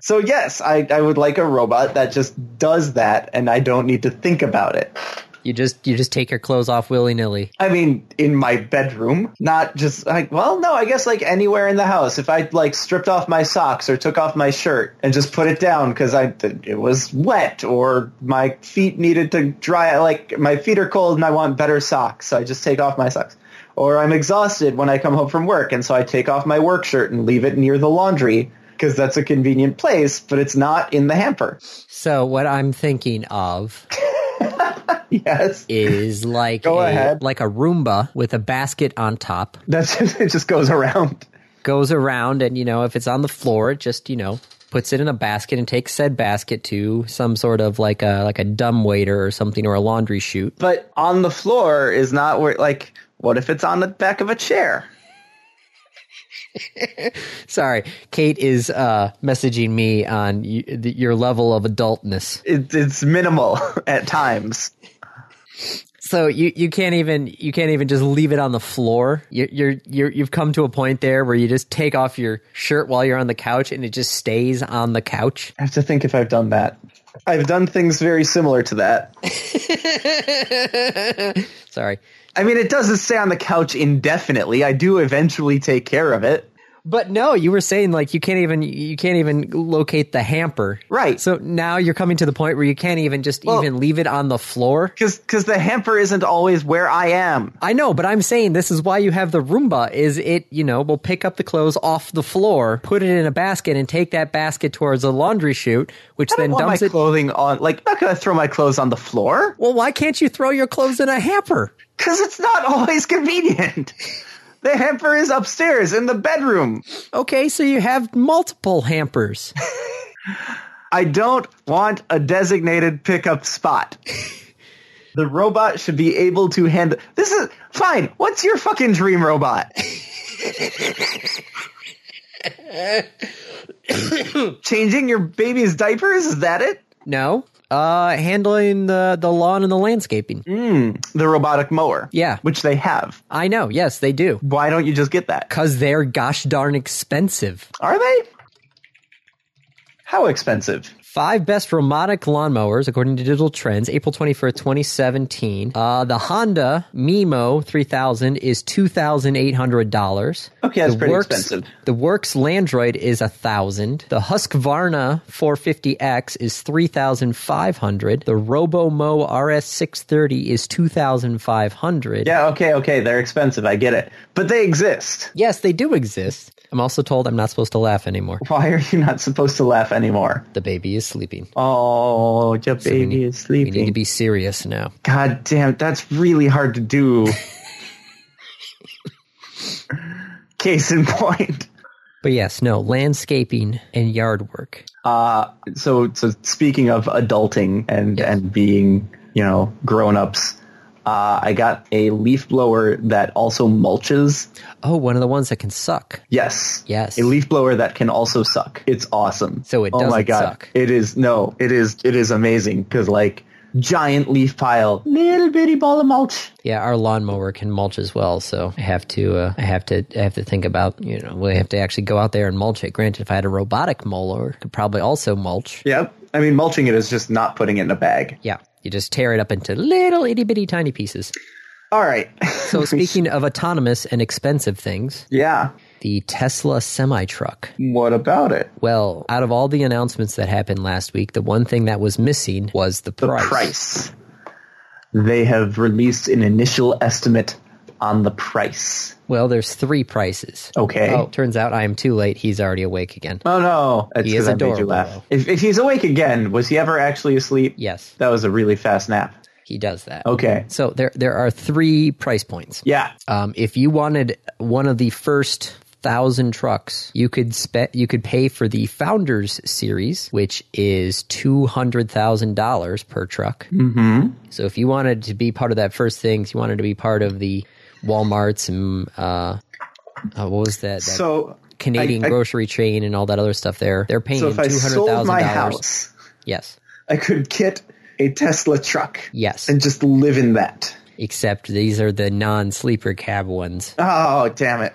Speaker 2: So yes, I, I would like a robot that just does that and I don't need to think about it.
Speaker 1: You just, you just take your clothes off willy nilly.
Speaker 2: I mean, in my bedroom, not just like, well, no, I guess like anywhere in the house. If I like stripped off my socks or took off my shirt and just put it down because I it was wet or my feet needed to dry, like my feet are cold and I want better socks, so I just take off my socks. Or I'm exhausted when I come home from work, and so I take off my work shirt and leave it near the laundry because that's a convenient place, but it's not in the hamper.
Speaker 1: So what I'm thinking of
Speaker 2: Yes,
Speaker 1: is like
Speaker 2: Go
Speaker 1: a,
Speaker 2: ahead.
Speaker 1: like a Roomba with a basket on top
Speaker 2: that's just, it. Just goes around.
Speaker 1: goes around, and you know if it's on the floor, it just you know puts it in a basket and takes said basket to some sort of like a like a dumb waiter or something or a laundry chute.
Speaker 2: but on the floor is not where like what if it's on the back of a chair
Speaker 1: Sorry, Kate is uh, messaging me on y- th- your level of adultness.
Speaker 2: it, it's minimal at times
Speaker 1: So you, you can't even you can't even just leave it on the floor. You, you're you're you've come to a point there where you just take off your shirt while you're on the couch and it just stays on the couch.
Speaker 2: i have to think if i've done that i've done things very similar to that
Speaker 1: Sorry,
Speaker 2: i mean it doesn't stay on the couch indefinitely i do eventually take care of it
Speaker 1: but no, you were saying like you can't even you can't even locate the hamper.
Speaker 2: Right.
Speaker 1: So now you're coming to the point where you can't even just even leave it on the floor.
Speaker 2: because the hamper isn't always where i am
Speaker 1: I know, but I'm saying this is why you have the Roomba. Is it you know will pick up the clothes off the floor, put it in a basket, and take that basket towards the laundry chute, which
Speaker 2: I
Speaker 1: then
Speaker 2: don't want my
Speaker 1: dumps it
Speaker 2: clothing on like I'm not gonna throw my clothes on the floor
Speaker 1: Well, why can't you throw your clothes in a hamper?
Speaker 2: because it's not always convenient the hamper is upstairs in the bedroom
Speaker 1: Okay, so you have multiple hampers.
Speaker 2: I don't want a designated pickup spot. the robot should be able to handle. This is fine. What's your fucking dream robot? Changing your baby's diapers? Is that it?
Speaker 1: No. Uh, handling the, the lawn and the landscaping.
Speaker 2: Mm, the robotic mower.
Speaker 1: Yeah.
Speaker 2: Which they have.
Speaker 1: I know. Yes, they do.
Speaker 2: Why don't you just get that?
Speaker 1: Because they're gosh darn expensive.
Speaker 2: Are they? How expensive?
Speaker 1: Five best robotic lawnmowers according to Digital Trends, April 21st, 2017. Uh, the Honda Mimo 3000 is $2,800.
Speaker 2: Okay, that's
Speaker 1: The
Speaker 2: pretty
Speaker 1: Works-
Speaker 2: expensive.
Speaker 1: The Works Landroid is 1000 The Husqvarna 450X is 3500 The RoboMo RS630 is 2500
Speaker 2: Yeah, okay, okay, they're expensive. I get it. But they exist.
Speaker 1: Yes, they do exist. I'm also told I'm not supposed to laugh anymore.
Speaker 2: Why are you not supposed to laugh anymore?
Speaker 1: The baby is sleeping.
Speaker 2: Oh, your baby
Speaker 1: need-
Speaker 2: is
Speaker 1: We need to
Speaker 2: sleeping.
Speaker 1: be serious now.
Speaker 2: God damn, that's really hard to do. Case in point.
Speaker 1: But yes, no, landscaping and yard work.
Speaker 2: Uh, so, so speaking of adulting and, and being, you know, grown-ups, uh, I got a leaf blower that also mulches.
Speaker 1: Oh, one of the ones that can suck.
Speaker 2: Yes.
Speaker 1: Yes.
Speaker 2: A leaf blower that can also suck. It's awesome.
Speaker 1: So it
Speaker 2: oh my
Speaker 1: doesn't
Speaker 2: God.
Speaker 1: suck.
Speaker 2: It is, no, it is, it is amazing because like giant leaf pile, little bitty ball of mulch.
Speaker 1: Yeah, our lawnmower can mulch as well, so I have to uh, I have to I have to think about, you know, we have to actually go out there and mulch it. Granted, if I had a robotic mower, it could probably also mulch.
Speaker 2: Yep. I mean, mulching it is just not putting it in a bag.
Speaker 1: Yeah. You just tear it up into little itty bitty tiny pieces.
Speaker 2: All right.
Speaker 1: So speaking of autonomous and expensive things,
Speaker 2: yeah.
Speaker 1: the Tesla semi truck.
Speaker 2: What about it?
Speaker 1: Well, out of all the announcements that happened last week, the one thing that was missing was the price.
Speaker 2: price. They have released an initial estimate on the price.
Speaker 1: Well, there's three prices.
Speaker 2: Okay.
Speaker 1: Oh, turns out I am too late. He's already awake again.
Speaker 2: Oh no! That's
Speaker 1: He is
Speaker 2: 'cause I made you
Speaker 1: adorable,
Speaker 2: laugh.
Speaker 1: though.
Speaker 2: If, if he's awake again, was he ever actually asleep?
Speaker 1: Yes,
Speaker 2: That was a really fast nap.
Speaker 1: he does that.
Speaker 2: Okay.
Speaker 1: So there, there are three price points.
Speaker 2: Yeah.
Speaker 1: Um, if you wanted one of the first thousand trucks, you could spe- you could pay for the Founders Series, which is two hundred thousand dollars per truck. Mm-hmm. So if you wanted to be part of that first thing, if you wanted to be part of the WalMarts and uh, uh, what was that? that
Speaker 2: So
Speaker 1: Canadian
Speaker 2: I- I-
Speaker 1: grocery chain and all that other stuff there. They're paying
Speaker 2: so if I
Speaker 1: two hundred
Speaker 2: sold
Speaker 1: thousand
Speaker 2: my
Speaker 1: dollars.
Speaker 2: house,
Speaker 1: Yes,
Speaker 2: I could get a Tesla truck
Speaker 1: yes.
Speaker 2: and just live in that.
Speaker 1: Except these are the non-sleeper cab ones.
Speaker 2: Oh, damn it.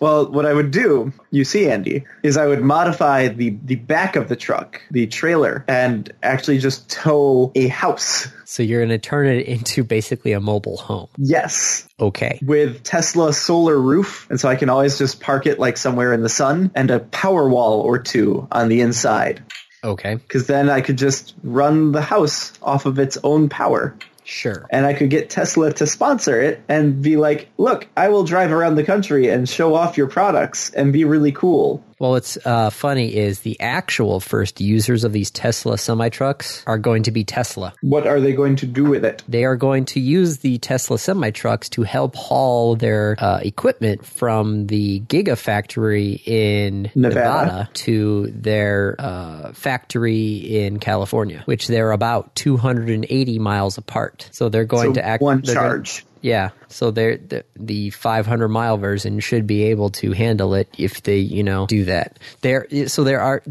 Speaker 2: Well, what I would do, you see, Andy, is I would modify the, the back of the truck, the trailer, and actually just tow a house.
Speaker 1: So you're going to turn it into basically a mobile home.
Speaker 2: Yes,
Speaker 1: Okay.
Speaker 2: with Tesla solar roof, and so I can always just park it like somewhere in the sun and a power wall or two on the inside.
Speaker 1: Okay.
Speaker 2: Because then I could just run the house off of its own power.
Speaker 1: Sure.
Speaker 2: and I could get Tesla to sponsor it and be like, look, I will drive around the country and show off your products and be really cool.
Speaker 1: Well, what's uh, funny is the actual first users of these Tesla semi trucks are going to be Tesla.
Speaker 2: What are they going to do with it?
Speaker 1: They are going to use the Tesla semi trucks to help haul their uh, equipment from the Gigafactory in
Speaker 2: Nevada.
Speaker 1: Nevada, to their uh, factory in California, which they're about 280 miles apart. So they're going
Speaker 2: So
Speaker 1: to act
Speaker 2: one
Speaker 1: they're gonna-
Speaker 2: charge.
Speaker 1: Yeah, so they're, the the 500 mile version should be able to handle it if they, you know, do that. There, so there are.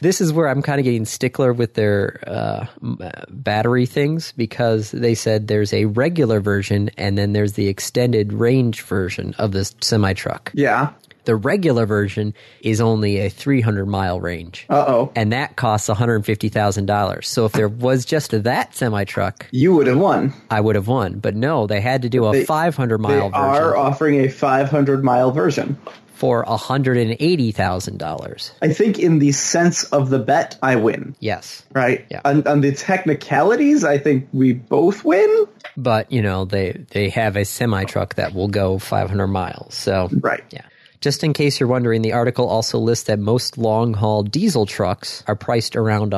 Speaker 1: This is where I'm kind of getting stickler with their uh, m- uh, battery things because they said there's a regular version and then there's the extended range version of this semi truck.
Speaker 2: Yeah.
Speaker 1: The regular version is only a 300 mile range.
Speaker 2: Uh oh.
Speaker 1: and that costs $150,000. So if there was just that semi truck,
Speaker 2: You would have won.
Speaker 1: I would have won. But no, they had to do a 500
Speaker 2: They
Speaker 1: mile version
Speaker 2: are offering a 500 mile version.
Speaker 1: for $180,000.
Speaker 2: I think in the sense of the bet, I win.
Speaker 1: Yes.
Speaker 2: Right?
Speaker 1: Yeah.
Speaker 2: On, on the technicalities, I think we both win.
Speaker 1: But, you know, they, they have a semi truck that will go 500 miles. So,
Speaker 2: Right.
Speaker 1: yeah. Just in case you're wondering, the article also lists that most long haul diesel trucks are priced around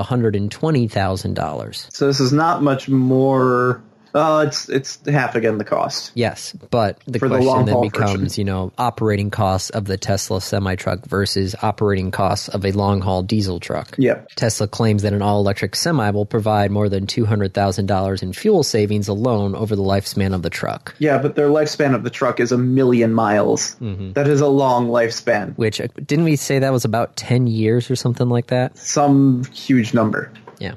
Speaker 1: $120,000.
Speaker 2: So this is not much more. Uh, it's it's half again the cost.
Speaker 1: Yes, but the
Speaker 2: For the
Speaker 1: question then
Speaker 2: long-haul
Speaker 1: becomes,
Speaker 2: version.
Speaker 1: you know, operating costs of the Tesla semi truck versus operating costs of a long haul diesel truck.
Speaker 2: Yep.
Speaker 1: Tesla claims that an all electric semi will provide more than $200,000 in fuel savings alone over the lifespan of the truck,
Speaker 2: Yeah, but their lifespan of the truck is a million miles.
Speaker 1: Mm-hmm.
Speaker 2: That is a long lifespan.
Speaker 1: which uh, didn't we say that was about 10 years or something like that?
Speaker 2: Some huge number.
Speaker 1: Yeah.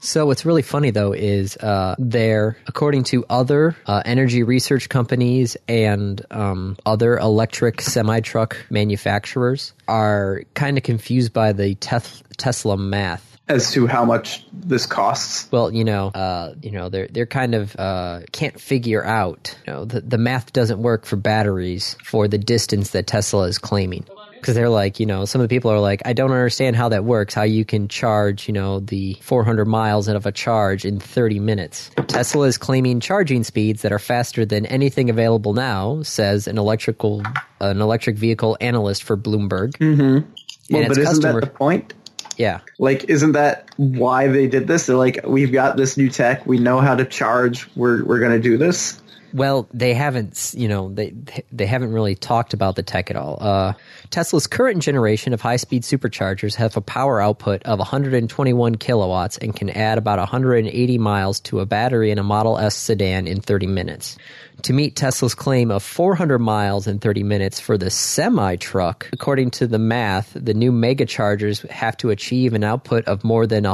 Speaker 1: So what's really funny though is uh, there, according to other uh, energy research companies and um, other electric semi truck manufacturers, are kind of confused by the teth- Tesla math.
Speaker 2: as to how much this costs.
Speaker 1: Well, you know, uh, you know, they're they're kind of uh, can't figure out. You know, the, the math doesn't work for batteries for the distance that Tesla is claiming. Because they're like, you know, some of the people are like, I don't understand how that works. How you can charge, you know, the 400 miles out of a charge in 30 minutes? Tesla is claiming charging speeds that are faster than anything available now, says an electrical, an electric vehicle analyst for Bloomberg. Mm-hmm.
Speaker 2: Well, but isn't that the point?
Speaker 1: yeah,
Speaker 2: Like, isn't that why they did this? They're like, we've got this new tech. We know how to charge. We're, we're going to do this.
Speaker 1: Well, they haven't, s- you know, they they haven't really talked about the tech at all. Uh, Tesla's current generation of high-speed superchargers have a power output of 121 kilowatts and can add about 180 miles to a battery in a Model S sedan in 30 minutes. To meet Tesla's claim of 400 miles in 30 minutes for the semi truck, according to the math, the new megachargers have to achieve an output of more than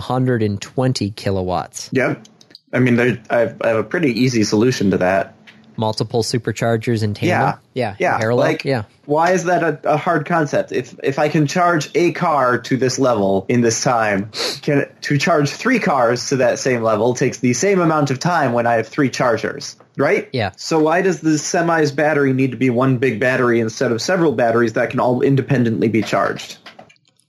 Speaker 1: 120 kilowatts.
Speaker 2: Yep. I mean, there- I have I have a pretty easy solution to that.
Speaker 1: multiple superchargers in tandem.
Speaker 2: Yeah.
Speaker 1: yeah, in parallel.
Speaker 2: Like,
Speaker 1: yeah,
Speaker 2: Why is that a, a hard concept? If if I can charge a car to this level in this time, can to charge three cars to that same level takes the same amount of time when I have three chargers, right?
Speaker 1: Yeah.
Speaker 2: So why does the semi's battery need to be one big battery instead of several batteries that can all independently be charged?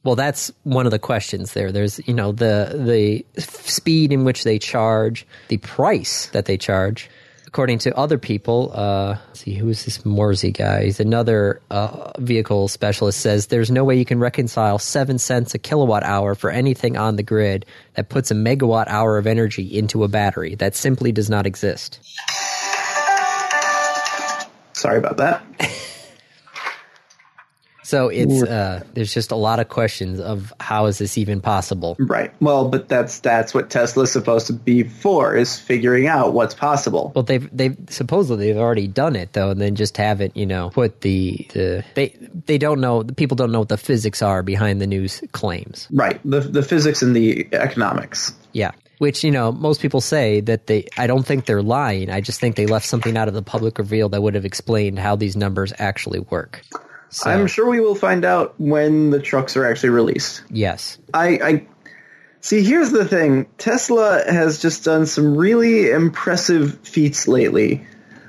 Speaker 1: Well, that's one of the questions there. There's, you know, the the speed in which they charge, the price that they charge. According to other people, uh, let's see who is this Morsey guy? He's another uh, vehicle specialist. Says there's no way you can reconcile seven cents a kilowatt hour for anything on the grid that puts a megawatt hour of energy into a battery. That simply does not exist.
Speaker 2: Sorry about that.
Speaker 1: So it's uh, there's just a lot of questions of how is this even possible?
Speaker 2: Right. Well, but that's that's what Tesla's supposed to be for is figuring out what's possible.
Speaker 1: Well, they've they've supposedly they've already done it though, and then just haven't you know put the the they they don't know the people don't know what the physics are behind the news claims.
Speaker 2: Right. The the physics and the economics.
Speaker 1: Yeah, which you know most people say that they I don't think they're lying. I just think they left something out of the public reveal that would have explained how these numbers actually work. So
Speaker 2: I'm sure we will find out when the trucks are actually released.
Speaker 1: yes,
Speaker 2: I, I see. Here's the thing: Tesla has just done some really impressive feats lately.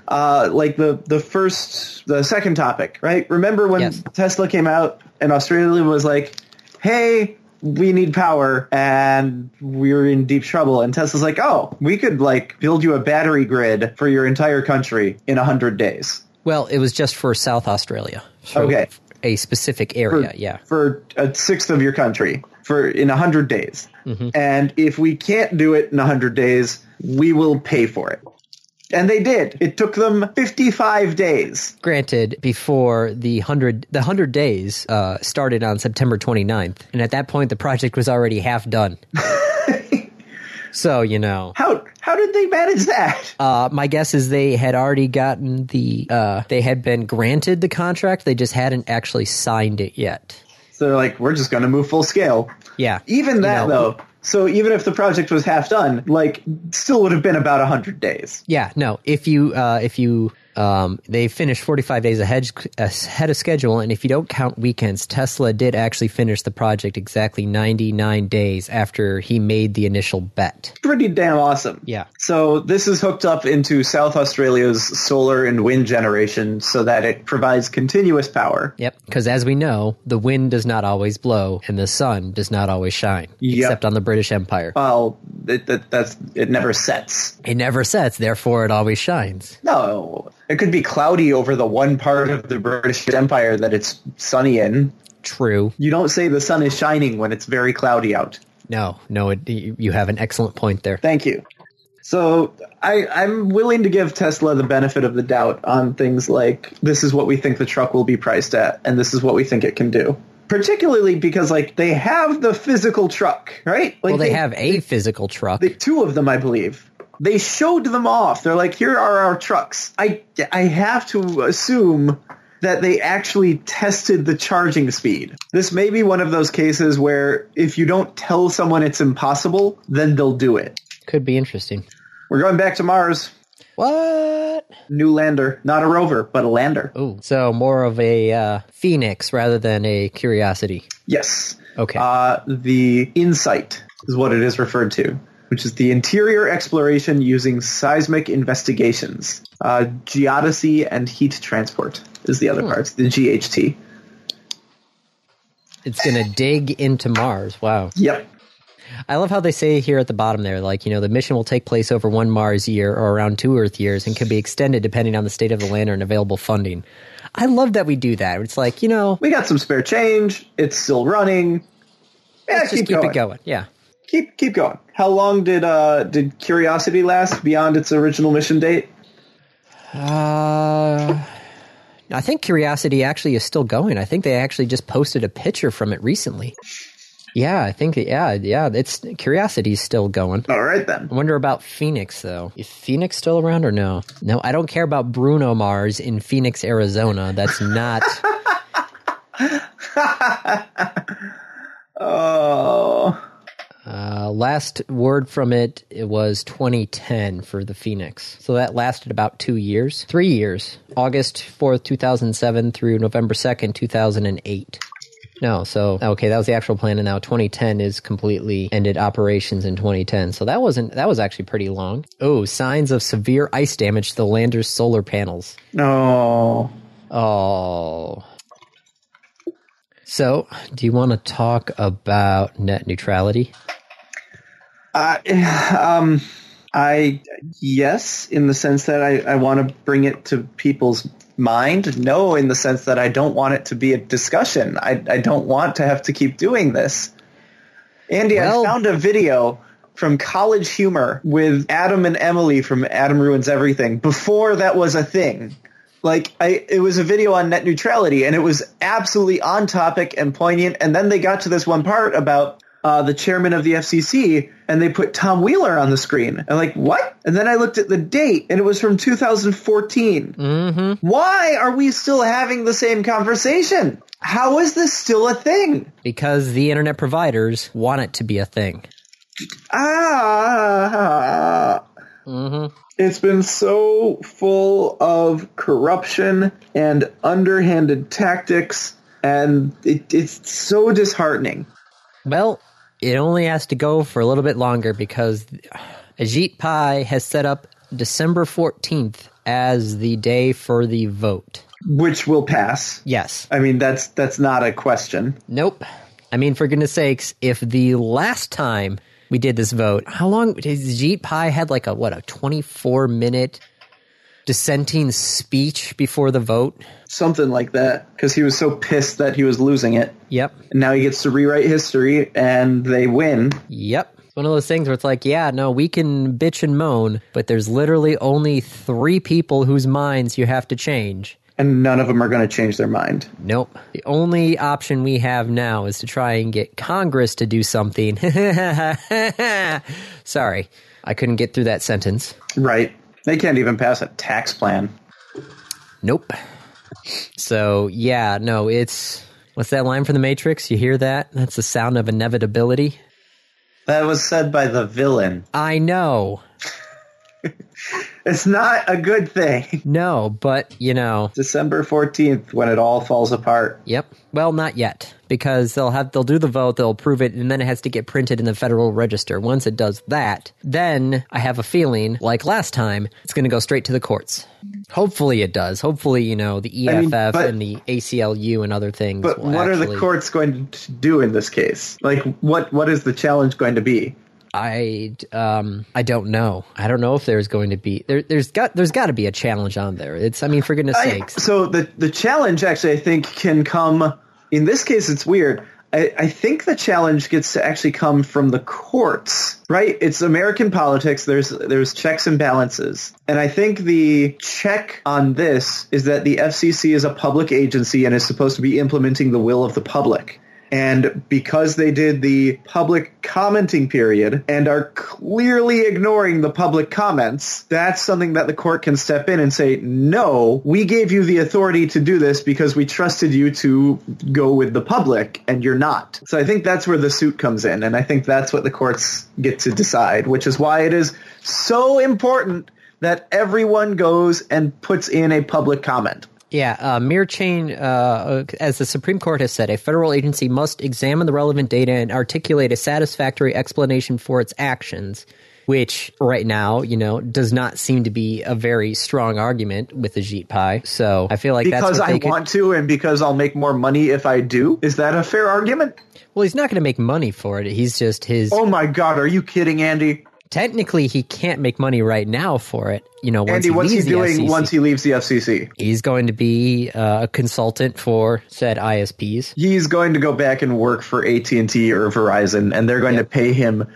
Speaker 2: Uh, like the the first, the second topic, right? Remember when
Speaker 1: Yes.
Speaker 2: Tesla came out and Australia was like, "Hey." We need power, and we're in deep trouble. And Tesla's like, "Oh, we could like build you a battery grid for your entire country in hundred days."
Speaker 1: well it was just for South Australia. for
Speaker 2: Okay.
Speaker 1: a specific area.
Speaker 2: for-
Speaker 1: yeah,
Speaker 2: for a sixth of your country for in 100 days
Speaker 1: Mm-hmm.
Speaker 2: and if we can't do it in 100 days we will pay for it and they did it took them 55 days
Speaker 1: granted before the 100 the 100 days uh, started on september 29th and at that point the project was already half done so you know
Speaker 2: how how did they manage that
Speaker 1: uh, my guess is they had already gotten the uh, they had been granted the contract they just hadn't actually signed it yet
Speaker 2: so they're like we're just going to move full scale
Speaker 1: yeah
Speaker 2: even that
Speaker 1: know-
Speaker 2: though so even if the project was half done like still would have been about 100 days
Speaker 1: yeah no if you uh, if you um, they finished 45 days ahead ahead of schedule and if you don't count weekends tesla did actually finish the project exactly 99 days after he made the initial bet
Speaker 2: pretty damn awesome
Speaker 1: Yeah.
Speaker 2: So this is hooked up into South Australia's solar and wind generation so that it provides continuous power.
Speaker 1: Yep. Because as we know, the wind does not always blow and the sun does not always shine,
Speaker 2: Yep.
Speaker 1: except on the British Empire.
Speaker 2: Well, it, that, that's it never sets.
Speaker 1: It never sets, therefore it always shines.
Speaker 2: No, it could be cloudy over the one part of the British Empire that it's sunny in.
Speaker 1: True.
Speaker 2: You don't say the sun is shining when it's very cloudy out.
Speaker 1: No, no, it, you you have an excellent point there.
Speaker 2: Thank you. So I, I'm willing to give Tesla the benefit of the doubt on things like this is what we think the truck will be priced at, and this is what we think it can do. Particularly because like they have the physical truck, right? Like
Speaker 1: Well, they have a physical truck.
Speaker 2: they- two of them, I believe. They showed them off. They're like, here are our trucks. I I have to assume that they actually tested the charging speed. This may be one of those cases where if you don't tell someone it's impossible, then they'll do it.
Speaker 1: Could be interesting.
Speaker 2: We're going back to Mars.
Speaker 1: What?
Speaker 2: New lander. Not a rover, but a lander.
Speaker 1: Oh, so more of a uh, phoenix rather than a curiosity.
Speaker 2: Yes.
Speaker 1: Okay.
Speaker 2: Uh, the InSight is what it is referred to, which is the interior exploration using seismic investigations. Uh, geodesy and heat transport is the other
Speaker 1: Hmm.
Speaker 2: part, the GHT.
Speaker 1: it's going to dig into Mars. Wow.
Speaker 2: Yep.
Speaker 1: I love how they say here at the bottom there, like, you know, the mission will take place over one Mars year or around two Earth years and can be extended depending on the state of the lander and available funding. I love that we do that. It's like, you know,
Speaker 2: We got some spare change. It's still running. Yeah,
Speaker 1: let's just
Speaker 2: keep,
Speaker 1: keep
Speaker 2: going.
Speaker 1: it going. Yeah.
Speaker 2: Keep keep going. How long did uh did Curiosity last beyond its original mission date?
Speaker 1: Uh, I think Curiosity actually is still going. I think they actually just posted a picture from it recently. Yeah, I think, yeah, yeah, it's Curiosity's still going.
Speaker 2: All right then.
Speaker 1: I wonder about Phoenix though. Is Phoenix still around or no? No, I don't care about Bruno Mars in Phoenix, Arizona. That's not.
Speaker 2: Oh,
Speaker 1: uh, last word from it, it was 2010 for the Phoenix. So that lasted about two years, three years, August 4th, 2007 through November 2nd, 2008. No, so okay, that was the actual plan, and now 2010 is completely ended operations in 2010. So that wasn't that was actually pretty long. Oh, signs of severe ice damage to the lander's solar panels.
Speaker 2: no.
Speaker 1: Oh. So, do you want to talk about net neutrality?
Speaker 2: I, um, I yes, in the sense that I, I want to bring it to people's mind. No, in the sense that I don't want it to be a discussion. I, I don't want to have to keep doing this. Andy,
Speaker 1: Well-
Speaker 2: I found a video from College Humor with Adam and Emily from Adam Ruins Everything before that was a thing. Like I, it was a video on net neutrality, and it was absolutely on topic and poignant. And then they got to this one part about uh, the chairman of the FCC, and they put Tom Wheeler on the screen. I'm like, what? And then I looked at the date, and it was from 2014. Mm-hmm. Why are we still having the same conversation? How is this still a thing?
Speaker 1: Because the internet providers want it to be a thing.
Speaker 2: Ah. It's been so full of corruption and underhanded tactics, and it, it's so disheartening.
Speaker 1: Well, it only has to go for a little bit longer because Ajit Pai has set up December 14th as the day for the vote.
Speaker 2: Which will pass.
Speaker 1: Yes.
Speaker 2: I mean, that's that's not a question.
Speaker 1: Nope. I mean, for goodness sakes, if the last time we did this vote, how long his Jeet Pai had like a what a twenty four minute dissenting speech before the vote?
Speaker 2: Something like that, because he was so pissed that he was losing it.
Speaker 1: Yep.
Speaker 2: And now he gets to rewrite history, and they win.
Speaker 1: Yep. It's One of those things where it's like, yeah, no, we can bitch and moan, but there's literally only three people whose minds you have to change.
Speaker 2: And none of them are going to change their mind.
Speaker 1: Nope. The only option we have now is to try and get Congress to do something. Sorry, I couldn't get through that sentence.
Speaker 2: Right. They can't even pass a tax plan.
Speaker 1: Nope. So yeah, no, it's what's that line from the Matrix? You hear that? That's the sound of inevitability.
Speaker 2: That was said by the villain.
Speaker 1: I know.
Speaker 2: It's not a good thing.
Speaker 1: No, but you know,
Speaker 2: December 14th when it all falls apart.
Speaker 1: yep. Well, not yet because they'll have they'll do the vote, they'll approve it and then it has to get printed in the Federal Register. Once it does that, then I have a feeling like last time it's going to go straight to the courts. Hopefully it does. Hopefully, you know, the EFF
Speaker 2: I mean, but-
Speaker 1: and the ACLU and other things
Speaker 2: But
Speaker 1: will
Speaker 2: what are the
Speaker 1: actually-
Speaker 2: courts going to do in this case? Like what what is the challenge going to be?
Speaker 1: I um I don't know. I don't know if there's going to be there. There's got there's got to be a challenge on there. It's I mean for goodness
Speaker 2: I-
Speaker 1: sakes.
Speaker 2: so the the challenge actually I think can come in this case it's weird. I, I think the challenge gets to actually come from the courts, right? It's American politics. There's there's checks and balances, and I think the check on this is that the FCC is a public agency and is supposed to be implementing the will of the public. And because they did the public commenting period and are clearly ignoring the public comments, that's something that the court can step in and say, no, we gave you the authority to do this because we trusted you to go with the public and you're not. So I think that's where the suit comes in. And I think that's what the courts get to decide, which is why it is so important that everyone goes and puts in a public comment.
Speaker 1: Yeah, uh, mere chain, uh, as the Supreme Court has said, a federal agency must examine the relevant data and articulate a satisfactory explanation for its actions, which right now, you know, does not seem to be a very strong argument with Ajit Pai. So I feel like that's
Speaker 2: Because
Speaker 1: what they
Speaker 2: I
Speaker 1: could-
Speaker 2: want to and because I'll make more money if I do. Is that a fair argument?
Speaker 1: Well, he's not going to make money for it. He's just his.
Speaker 2: Oh my God, are you kidding, Andy?
Speaker 1: Technically, he can't make money right now for it. You know, once
Speaker 2: Andy,
Speaker 1: he
Speaker 2: what's he
Speaker 1: leaves the E
Speaker 2: doing
Speaker 1: SEC.
Speaker 2: once he leaves the FCC?
Speaker 1: he's going to be uh, a consultant for said ISPs.
Speaker 2: He's going to go back and work for AT&T or Verizon and they're going to pay him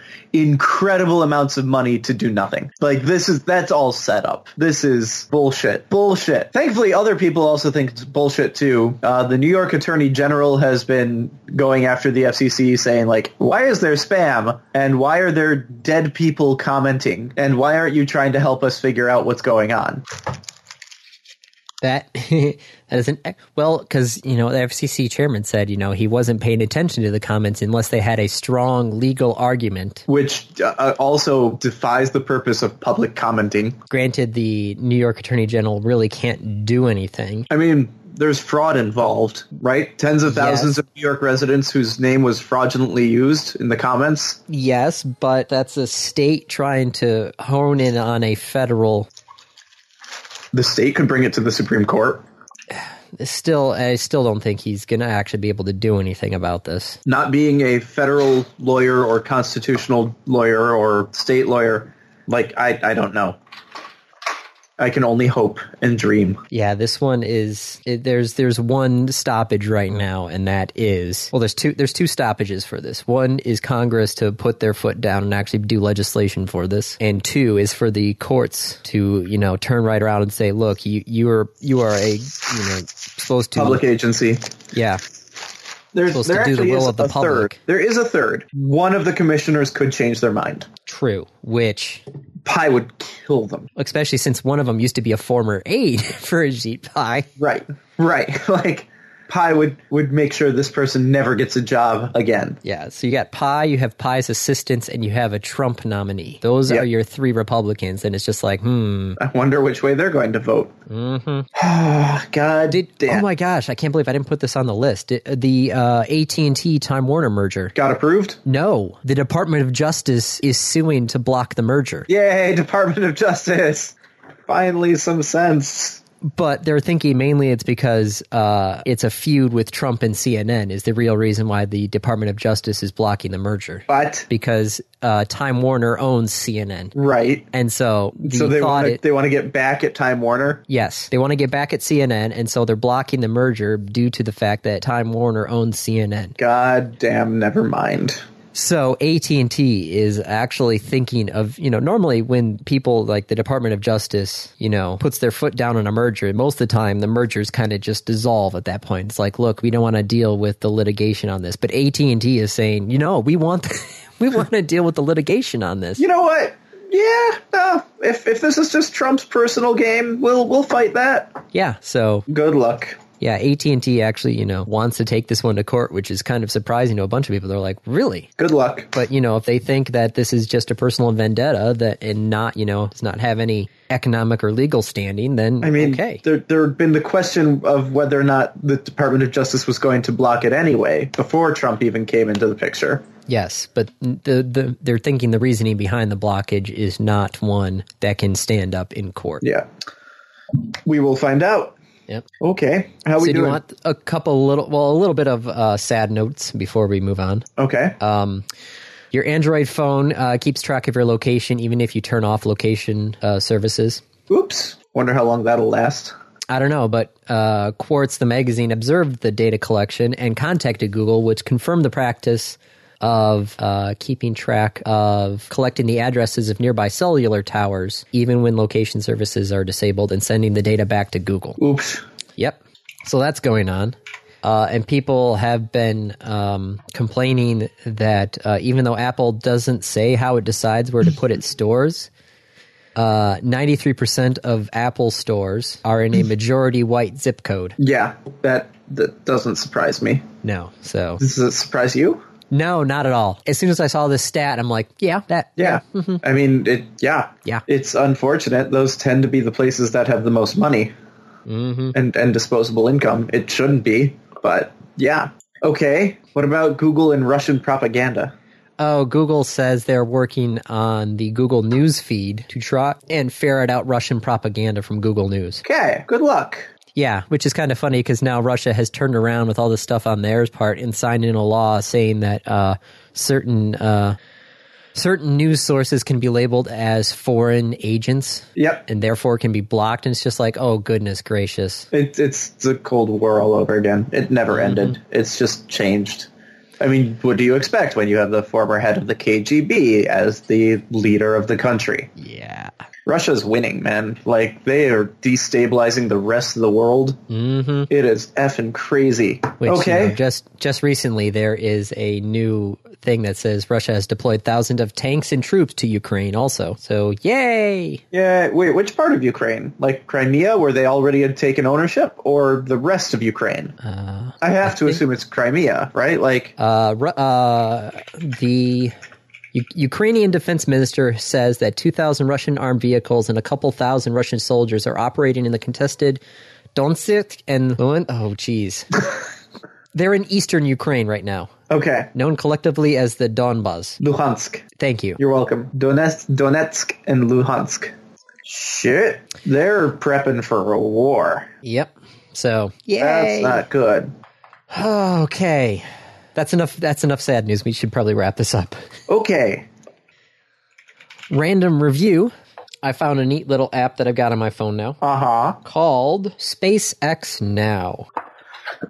Speaker 2: incredible amounts of money to do nothing. Like this is that's all set up. This is bullshit. Bullshit. Thankfully other people also think it's bullshit too. Uh, the New York Attorney General has been going after the FCC saying like why is there spam and why are there dead people commenting and why aren't you trying to help us figure out what's going on?
Speaker 1: That that is an e, well because you know the FCC chairman said you know he wasn't paying attention to the comments unless they had a strong legal argument.
Speaker 2: Which uh, also defies the purpose of public commenting.
Speaker 1: Granted, the New York Attorney General really can't do anything.
Speaker 2: I mean, there's fraud involved, right? Tens of thousands
Speaker 1: Yes.
Speaker 2: of New York residents whose name was fraudulently used in the comments.
Speaker 1: Yes, but that's a state trying to hone in on a federal.
Speaker 2: The state could bring it to the Supreme Court.
Speaker 1: Still, I still don't think he's going to actually be able to do anything about this.
Speaker 2: Not being a federal lawyer or constitutional lawyer or state lawyer, like, I, I don't know. I can only hope and dream.
Speaker 1: Yeah, this one is it, there's there's one stoppage right now, and that is well, there's two there's two stoppages for this. One is Congress to put their foot down and actually do legislation for this, and two is for the courts to you know turn right around and say, look, you you are you are a you know supposed to
Speaker 2: Public agency.
Speaker 1: yeah
Speaker 2: There's,
Speaker 1: Supposed to
Speaker 2: there
Speaker 1: do the
Speaker 2: actually
Speaker 1: will
Speaker 2: is
Speaker 1: of the
Speaker 2: a
Speaker 1: public.
Speaker 2: third. There is a third. One of the commissioners could change their mind.
Speaker 1: true, which
Speaker 2: Pi would kill them.
Speaker 1: especially since one of them used to be a former aide for Ajit Pai.
Speaker 2: Right. Right. Like Pi would would make sure this person never gets a job again.
Speaker 1: Yeah, so you got Pi, you have Pi's assistants, and you have a Trump nominee. Those
Speaker 2: Yep.
Speaker 1: are your three Republicans, and it's just like, hmm.
Speaker 2: I wonder which way they're going to vote. Mm-hmm. God
Speaker 1: Did,
Speaker 2: damn.
Speaker 1: Oh my gosh, I can't believe I didn't put this on the list. Did- the uh, AT&T Time Warner merger.
Speaker 2: Got approved?
Speaker 1: No, the Department of Justice is suing to block the merger.
Speaker 2: Yay, Department of Justice. Finally some sense.
Speaker 1: But they're thinking mainly it's because uh, it's a feud with Trump and CNN is the real reason why the Department of Justice is blocking the merger.
Speaker 2: But
Speaker 1: Because uh, Time Warner owns CNN.
Speaker 2: right.
Speaker 1: And so the
Speaker 2: So they
Speaker 1: thought
Speaker 2: want to
Speaker 1: it,
Speaker 2: they want to get back at Time Warner.
Speaker 1: Yes, they want to get back at CNN, and so they're blocking the merger due to the fact that Time Warner owns CNN.
Speaker 2: God damn, never mind.
Speaker 1: So AT&T is actually thinking of, you know, normally when people like the Department of Justice, you know, puts their foot down on a merger, most of the time the mergers kind of just dissolve at that point. It's like, look, we don't want to deal with the litigation on this. But AT&T is saying, you know, we want we want to deal with the litigation on this.
Speaker 2: You know what? Yeah, no. If if this is just Trump's personal game, we'll we'll fight that.
Speaker 1: Yeah, so
Speaker 2: Good luck.
Speaker 1: yeah, AT&T actually, you know, wants to take this one to court, which is kind of surprising to a bunch of people. They're like, "Really?"
Speaker 2: Good luck.
Speaker 1: But you know, if they think that this is just a personal vendetta that and not you know does not have any economic or legal standing, then
Speaker 2: I mean,
Speaker 1: okay,
Speaker 2: there there had been the question of whether or not the Department of Justice was going to block it anyway before Trump even came into the picture.
Speaker 1: yes. But the, the they're thinking the reasoning behind the blockage is not one that can stand up in court.
Speaker 2: Yeah, we will find out.
Speaker 1: Yep.
Speaker 2: Okay, how we
Speaker 1: So do you
Speaker 2: doing?
Speaker 1: want a couple little well a little bit of uh, sad notes before we move on?
Speaker 2: okay,
Speaker 1: Um, your Android phone uh, keeps track of your location even if you turn off location uh, services.
Speaker 2: oops. Wonder how long that'll last.
Speaker 1: I don't know, but uh, Quartz, the magazine, observed the data collection and contacted Google, which confirmed the practice of uh, keeping track of collecting the addresses of nearby cellular towers, even when location services are disabled, and sending the data back to Google.
Speaker 2: Oops.
Speaker 1: Yep. So that's going on. Uh, and people have been um, complaining that uh, even though Apple doesn't say how it decides where to put its stores, uh, 93% of Apple stores are in a majority white zip code
Speaker 2: Yeah, that that doesn't surprise me.
Speaker 1: now. So,
Speaker 2: Does it surprise you?
Speaker 1: no, not at all. As soon as I saw this stat, I'm like, yeah, that.
Speaker 2: Yeah. I mean, it. Yeah.
Speaker 1: Mm-hmm. Yeah.
Speaker 2: It's unfortunate. Those tend to be the places that have the most money
Speaker 1: Mm-hmm.
Speaker 2: and and disposable income. It shouldn't be, but yeah. Okay. What about Google and Russian propaganda?
Speaker 1: Oh, Google says they're working on the Google News feed to try and ferret out Russian propaganda from Google News.
Speaker 2: Okay. Good luck.
Speaker 1: Yeah, which is kind of funny because now Russia has turned around with all this stuff on theirs part and signed in a law saying that uh, certain uh, certain news sources can be labeled as foreign agents
Speaker 2: Yep.
Speaker 1: and therefore can be blocked. And it's just like, oh goodness gracious.
Speaker 2: It, it's the Cold War all over again. It never
Speaker 1: Mm-hmm.
Speaker 2: ended. It's just changed. I mean, what do you expect when you have the former head of the KGB as the leader of the country?
Speaker 1: Yeah.
Speaker 2: Russia's winning, man. Like they are destabilizing the rest of the world. Mm-hmm. is effing crazy.
Speaker 1: Which,
Speaker 2: okay,
Speaker 1: You know, just just recently, there is a new thing that says Russia has deployed thousands of tanks and troops to Ukraine. Also, so yay!
Speaker 2: yeah. Wait, which part of Ukraine? Like Crimea, where they already had taken ownership, or the rest of Ukraine? I have to assume it's Crimea, right? Like,
Speaker 1: Uh, Ru- uh, the U- Ukrainian defense minister says that 2,000 Russian armed vehicles and a couple thousand Russian soldiers are operating in the contested Donetsk and Luhansk. Oh, geez, they're in eastern Ukraine right now,
Speaker 2: okay,
Speaker 1: known collectively as the Donbas.
Speaker 2: Luhansk.
Speaker 1: Thank you.
Speaker 2: You're welcome. Donetsk, Donetsk, and Luhansk. Shit, they're prepping for a war.
Speaker 1: Yep. So
Speaker 2: That's not good.
Speaker 1: Okay. That's enough that's enough sad news. We should probably wrap this up.
Speaker 2: Okay,
Speaker 1: Random review. I found a neat little app that I've got on my phone now
Speaker 2: uh huh.
Speaker 1: called SpaceX Now.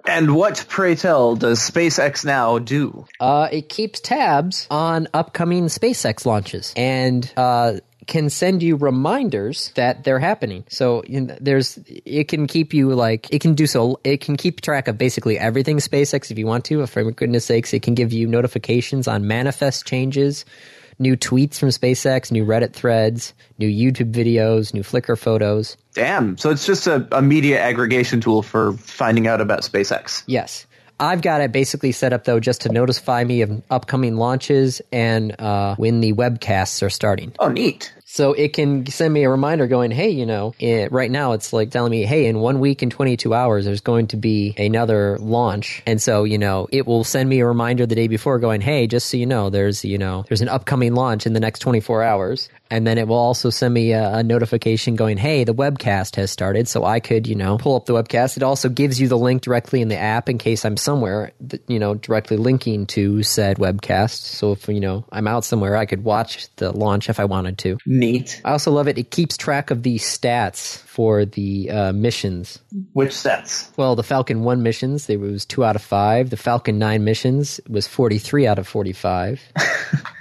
Speaker 2: And what, pray tell, does SpaceX now do?
Speaker 1: Uh, it keeps tabs on upcoming SpaceX launches and uh, can send you reminders that they're happening. So you know, there's it can keep you like it can do so it can keep track of basically everything SpaceX if you want to. For goodness sakes, it can give you notifications on manifest changes. New tweets from SpaceX, new Reddit threads, new YouTube videos, new Flickr photos.
Speaker 2: Damn. So it's just a, a media aggregation tool for finding out about SpaceX.
Speaker 1: Yes. I've got it basically set up though just to notify me of upcoming launches and uh, when the webcasts are starting.
Speaker 2: Oh, neat.
Speaker 1: So it can send me a reminder going, hey, you know, eh, right now it's like telling me, hey, in one week and 22 hours, there's going to be another launch. And so, you know, it will send me a reminder the day before going, hey, just so you know, there's, you know, there's an upcoming launch in the next 24 hours. And then it will also send me a, a notification going, hey, the webcast has started. So I could, you know, pull up the webcast. It also gives you the link directly in the app in case I'm somewhere, that, you know, directly linking to said webcast. So if, you know, I'm out somewhere, I could watch the launch if I wanted to.
Speaker 2: Neat.
Speaker 1: I also love it. It keeps track of the stats for the uh, missions.
Speaker 2: Which sets?
Speaker 1: Well, the Falcon 1 missions, they was 2 out of 5. The Falcon 9 missions was 43 out of 45.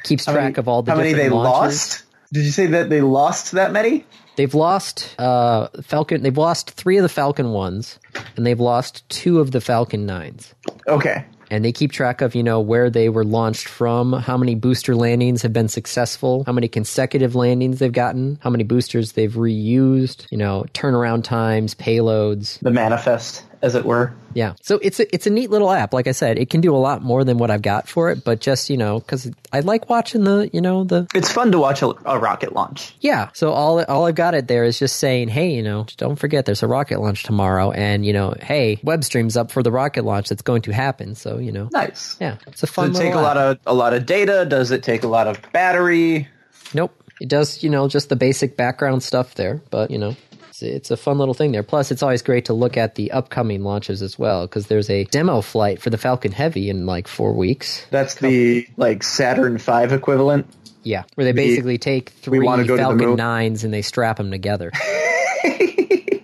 Speaker 1: keeps track of all the
Speaker 2: How many
Speaker 1: different
Speaker 2: they
Speaker 1: launches.
Speaker 2: lost? Did you say that they lost that many?
Speaker 1: They've lost uh, Falcon they've lost 3 of the Falcon 1s and they've lost 2 of the Falcon 9s.
Speaker 2: Okay.
Speaker 1: and they keep track of you know where they were launched from how many booster landings have been successful how many consecutive landings they've gotten how many boosters they've reused you know turnaround times payloads
Speaker 2: The manifest, as it were.
Speaker 1: yeah so it's a, it's a neat little app like i said it can do a lot more than what i've got for it but just you know because i like watching the you know the
Speaker 2: It's fun to watch a, a rocket launch.
Speaker 1: yeah so all all i've got it there is just saying hey you know don't forget there's a rocket launch tomorrow and you know hey web streams up for the rocket launch that's going to happen so you know
Speaker 2: Nice.
Speaker 1: yeah it's a fun
Speaker 2: Does it take a
Speaker 1: little app.
Speaker 2: lot of a lot of data? Does it take a lot of battery?
Speaker 1: Nope. It does, you know, just the basic background stuff there, but you know, it's, it's a fun little thing there. Plus, it's always great to look at the upcoming launches as well because there's a demo flight for the Falcon Heavy in like four weeks.
Speaker 2: That's the like Saturn V equivalent.
Speaker 1: Yeah, where they basically take three
Speaker 2: wanna go to the
Speaker 1: Falcon
Speaker 2: moon.
Speaker 1: Nines and they strap them together.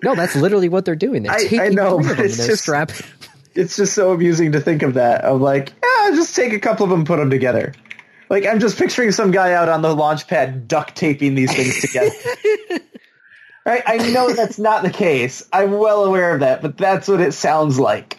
Speaker 1: no, that's literally what they're doing. They're
Speaker 2: I- I
Speaker 1: taking
Speaker 2: know,
Speaker 1: three of them
Speaker 2: but
Speaker 1: and
Speaker 2: it's
Speaker 1: they're
Speaker 2: just-
Speaker 1: strapping.
Speaker 2: it's just so amusing to think of that. Of like, yeah, just take a couple of them, put them together. Like, I'm just picturing some guy out on the launch pad duct taping these things together. right? I know that's not the case. I'm well aware of that, but that's what it sounds like.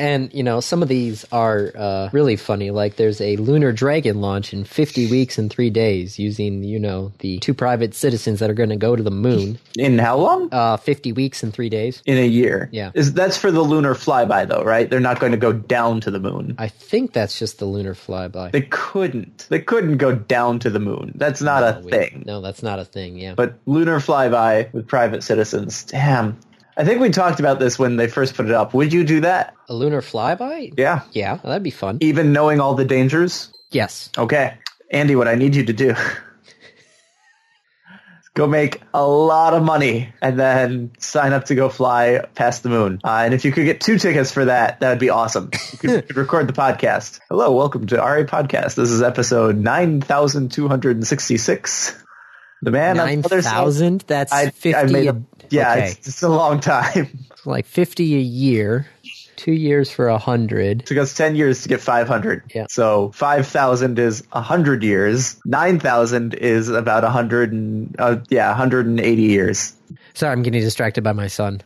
Speaker 1: And you know, some of these are uh, really funny. Like there's a lunar dragon launch in 50 weeks and three days using you know the two private citizens that are going to go to the moon.
Speaker 2: In how long?
Speaker 1: Uh, 50 weeks and three days.
Speaker 2: In a year.
Speaker 1: Yeah.
Speaker 2: Is that's for the lunar flyby though, right? They're not going to go down to the moon.
Speaker 1: I think that's just the lunar flyby.
Speaker 2: They couldn't. They couldn't go down to the moon. That's not a
Speaker 1: We-
Speaker 2: thing.
Speaker 1: No, that's not a thing. Yeah.
Speaker 2: But lunar flyby with private citizens. Damn. I think we talked about this when they first put it up. Would you do that?
Speaker 1: a lunar flyby?
Speaker 2: Yeah.
Speaker 1: Yeah, that'd be fun.
Speaker 2: Even knowing all the dangers?
Speaker 1: Yes.
Speaker 2: Okay. Andy, what I need you to do is go make a lot of money and then sign up to go fly past the moon. Uh, and if you could get two tickets for that, that would be awesome. You could, you could record the podcast. Hello, welcome to RA Podcast. This is episode 9266. The man on
Speaker 1: Nine
Speaker 2: the other side.
Speaker 1: thousand. That's
Speaker 2: I,
Speaker 1: fifty.
Speaker 2: I made a,
Speaker 1: a-
Speaker 2: yeah,
Speaker 1: okay.
Speaker 2: it's, it's a long time.
Speaker 1: It's like fifty a year. Two years for a hundred.
Speaker 2: took us 10 years to get 500.
Speaker 1: Yeah.
Speaker 2: So 5,000 is 100 years. 9,000 is about 100 and, uh, yeah, 180 years.
Speaker 1: Sorry, I'm getting distracted by my son.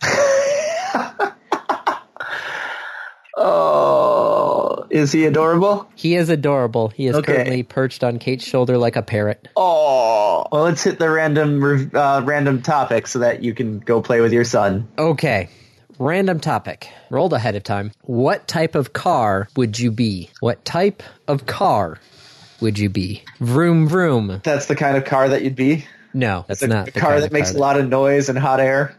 Speaker 2: Oh, is he adorable?
Speaker 1: He is adorable. He is
Speaker 2: Okay.
Speaker 1: currently perched on Kate's shoulder like a parrot.
Speaker 2: Oh, well, let's hit the random, rev- uh, random topic so that you can go play with your son.
Speaker 1: Okay. Random topic. Rolled ahead of time. What type of car would you be? What type of car would you be? Vroom vroom.
Speaker 2: That's the kind of car that you'd be.
Speaker 1: No, that's
Speaker 2: The,
Speaker 1: not
Speaker 2: the car
Speaker 1: kind
Speaker 2: that
Speaker 1: of
Speaker 2: makes a lot of noise and hot air.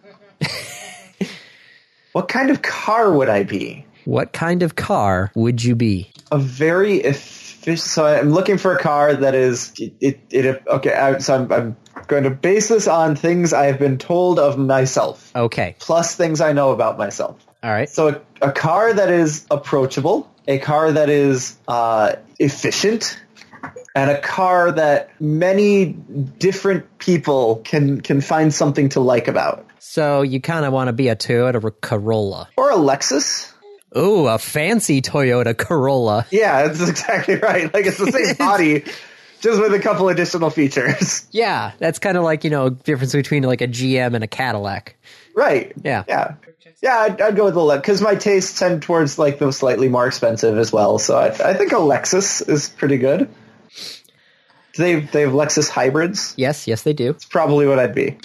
Speaker 2: what kind of car would I be?
Speaker 1: What kind of car would you be?
Speaker 2: a very efficient. So I'm looking for a car that is it. it, it okay, I, so I'm, I'm going to base this on things I've been told of myself,
Speaker 1: Okay.
Speaker 2: plus things I know about myself.
Speaker 1: All right.
Speaker 2: So a, a car that is approachable, a car that is uh, efficient, and a car that many different people can can find something to like about,
Speaker 1: So you kind of want to be a Toyota Corolla.
Speaker 2: or a Lexus.
Speaker 1: Ooh, a fancy Toyota Corolla.
Speaker 2: Yeah, that's exactly right. Like it's the same body, just with a couple additional features.
Speaker 1: Yeah, that's kind of like, you know, difference between like a GM and a Cadillac.
Speaker 2: Right.
Speaker 1: Yeah.
Speaker 2: Yeah. Yeah, I'd, I'd go with the Lex because my tastes tend towards like the slightly more expensive as well. So I, I think a Lexus is pretty good. Do they they have Lexus hybrids?
Speaker 1: Yes, yes, they do.
Speaker 2: It's probably what I'd be.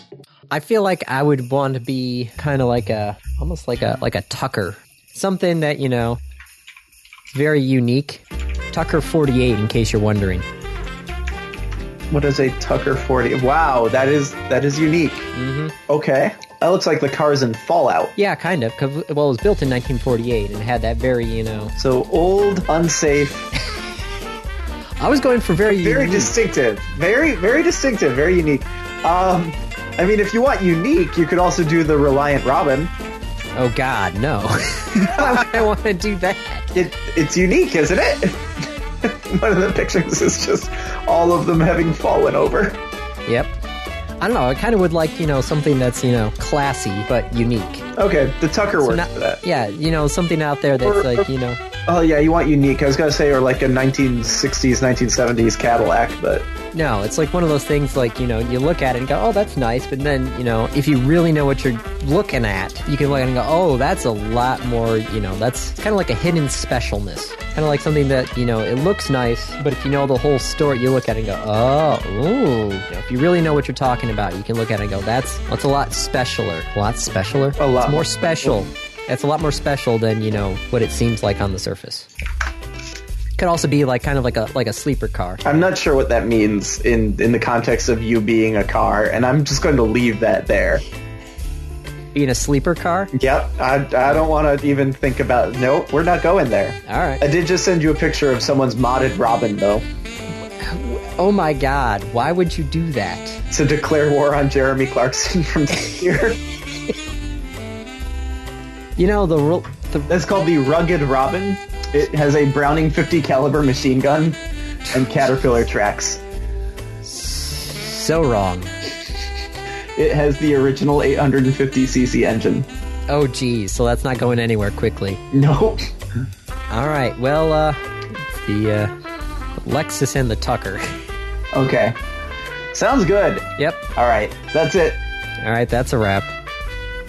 Speaker 1: I feel like I would want to be kind of like a almost like a like a Tucker, something that you know, is very unique. Tucker forty eight, in case you're wondering.
Speaker 2: What is a Tucker forty? Wow, that is that is unique. Mm-hmm. Okay, that looks like the cars in Fallout.
Speaker 1: Yeah, kind of. 'cause- well, it was built in 1948 and had that very you know.
Speaker 2: So old, unsafe,
Speaker 1: I was going for very
Speaker 2: very
Speaker 1: unique.
Speaker 2: distinctive, very very distinctive, very unique. Um, I mean, if you want unique, you could also do the Reliant Robin.
Speaker 1: Oh God, no! Why would I want to do that?
Speaker 2: it it's unique, isn't it? One of the pictures is just all of them having fallen over.
Speaker 1: Yep. I don't know. I kind of would like you know something that's you know classy but unique.
Speaker 2: Okay, the Tucker works
Speaker 1: Not-
Speaker 2: for that.
Speaker 1: yeah, you know something out there that's
Speaker 2: Or-
Speaker 1: like you know.
Speaker 2: Oh yeah, you want unique. I was gonna say, or like a 1960s, 1970s Cadillac, but
Speaker 1: No, it's like one of those things like, you know, you look at it and go, oh, that's nice. But then, you know, if you really know what you're looking at, you can look at it and go, oh, that's a lot more, you know, that's kind of like a hidden specialness. Kind of like something that, you know, it looks nice, but if you know the whole story, you look at it and go, oh, ooh. You know, if you really know what you're talking about, you can look at it and go, that's, that's a lot specialer. A lot specialer?
Speaker 2: A lot.
Speaker 1: It's more special. It's a lot more special than, you know, what it seems like on the surface. Could also be like kind of like a like a sleeper car.
Speaker 2: I'm not sure what that means in in the context of you being a car. And I'm just going to leave that there.
Speaker 1: Being a sleeper car?
Speaker 2: Yep, I I don't want to even think about. Nope, we're not going there.
Speaker 1: All right.
Speaker 2: I did just send you a picture of someone's modded Robin though
Speaker 1: Oh my god, why would you do that?
Speaker 2: to declare war on Jeremy Clarkson from this year.
Speaker 1: You know the ru- the
Speaker 2: That's called the Rugged Robin. It has a Browning 50 caliber machine gun and caterpillar tracks.
Speaker 1: so wrong.
Speaker 2: It has the original 850cc engine.
Speaker 1: Oh geez, so that's not going anywhere quickly.
Speaker 2: Nope.
Speaker 1: All right, well, uh, it's the uh, Lexus and the Tucker.
Speaker 2: Okay. Sounds good.
Speaker 1: yep.
Speaker 2: All right. That's it.
Speaker 1: All right, that's a wrap.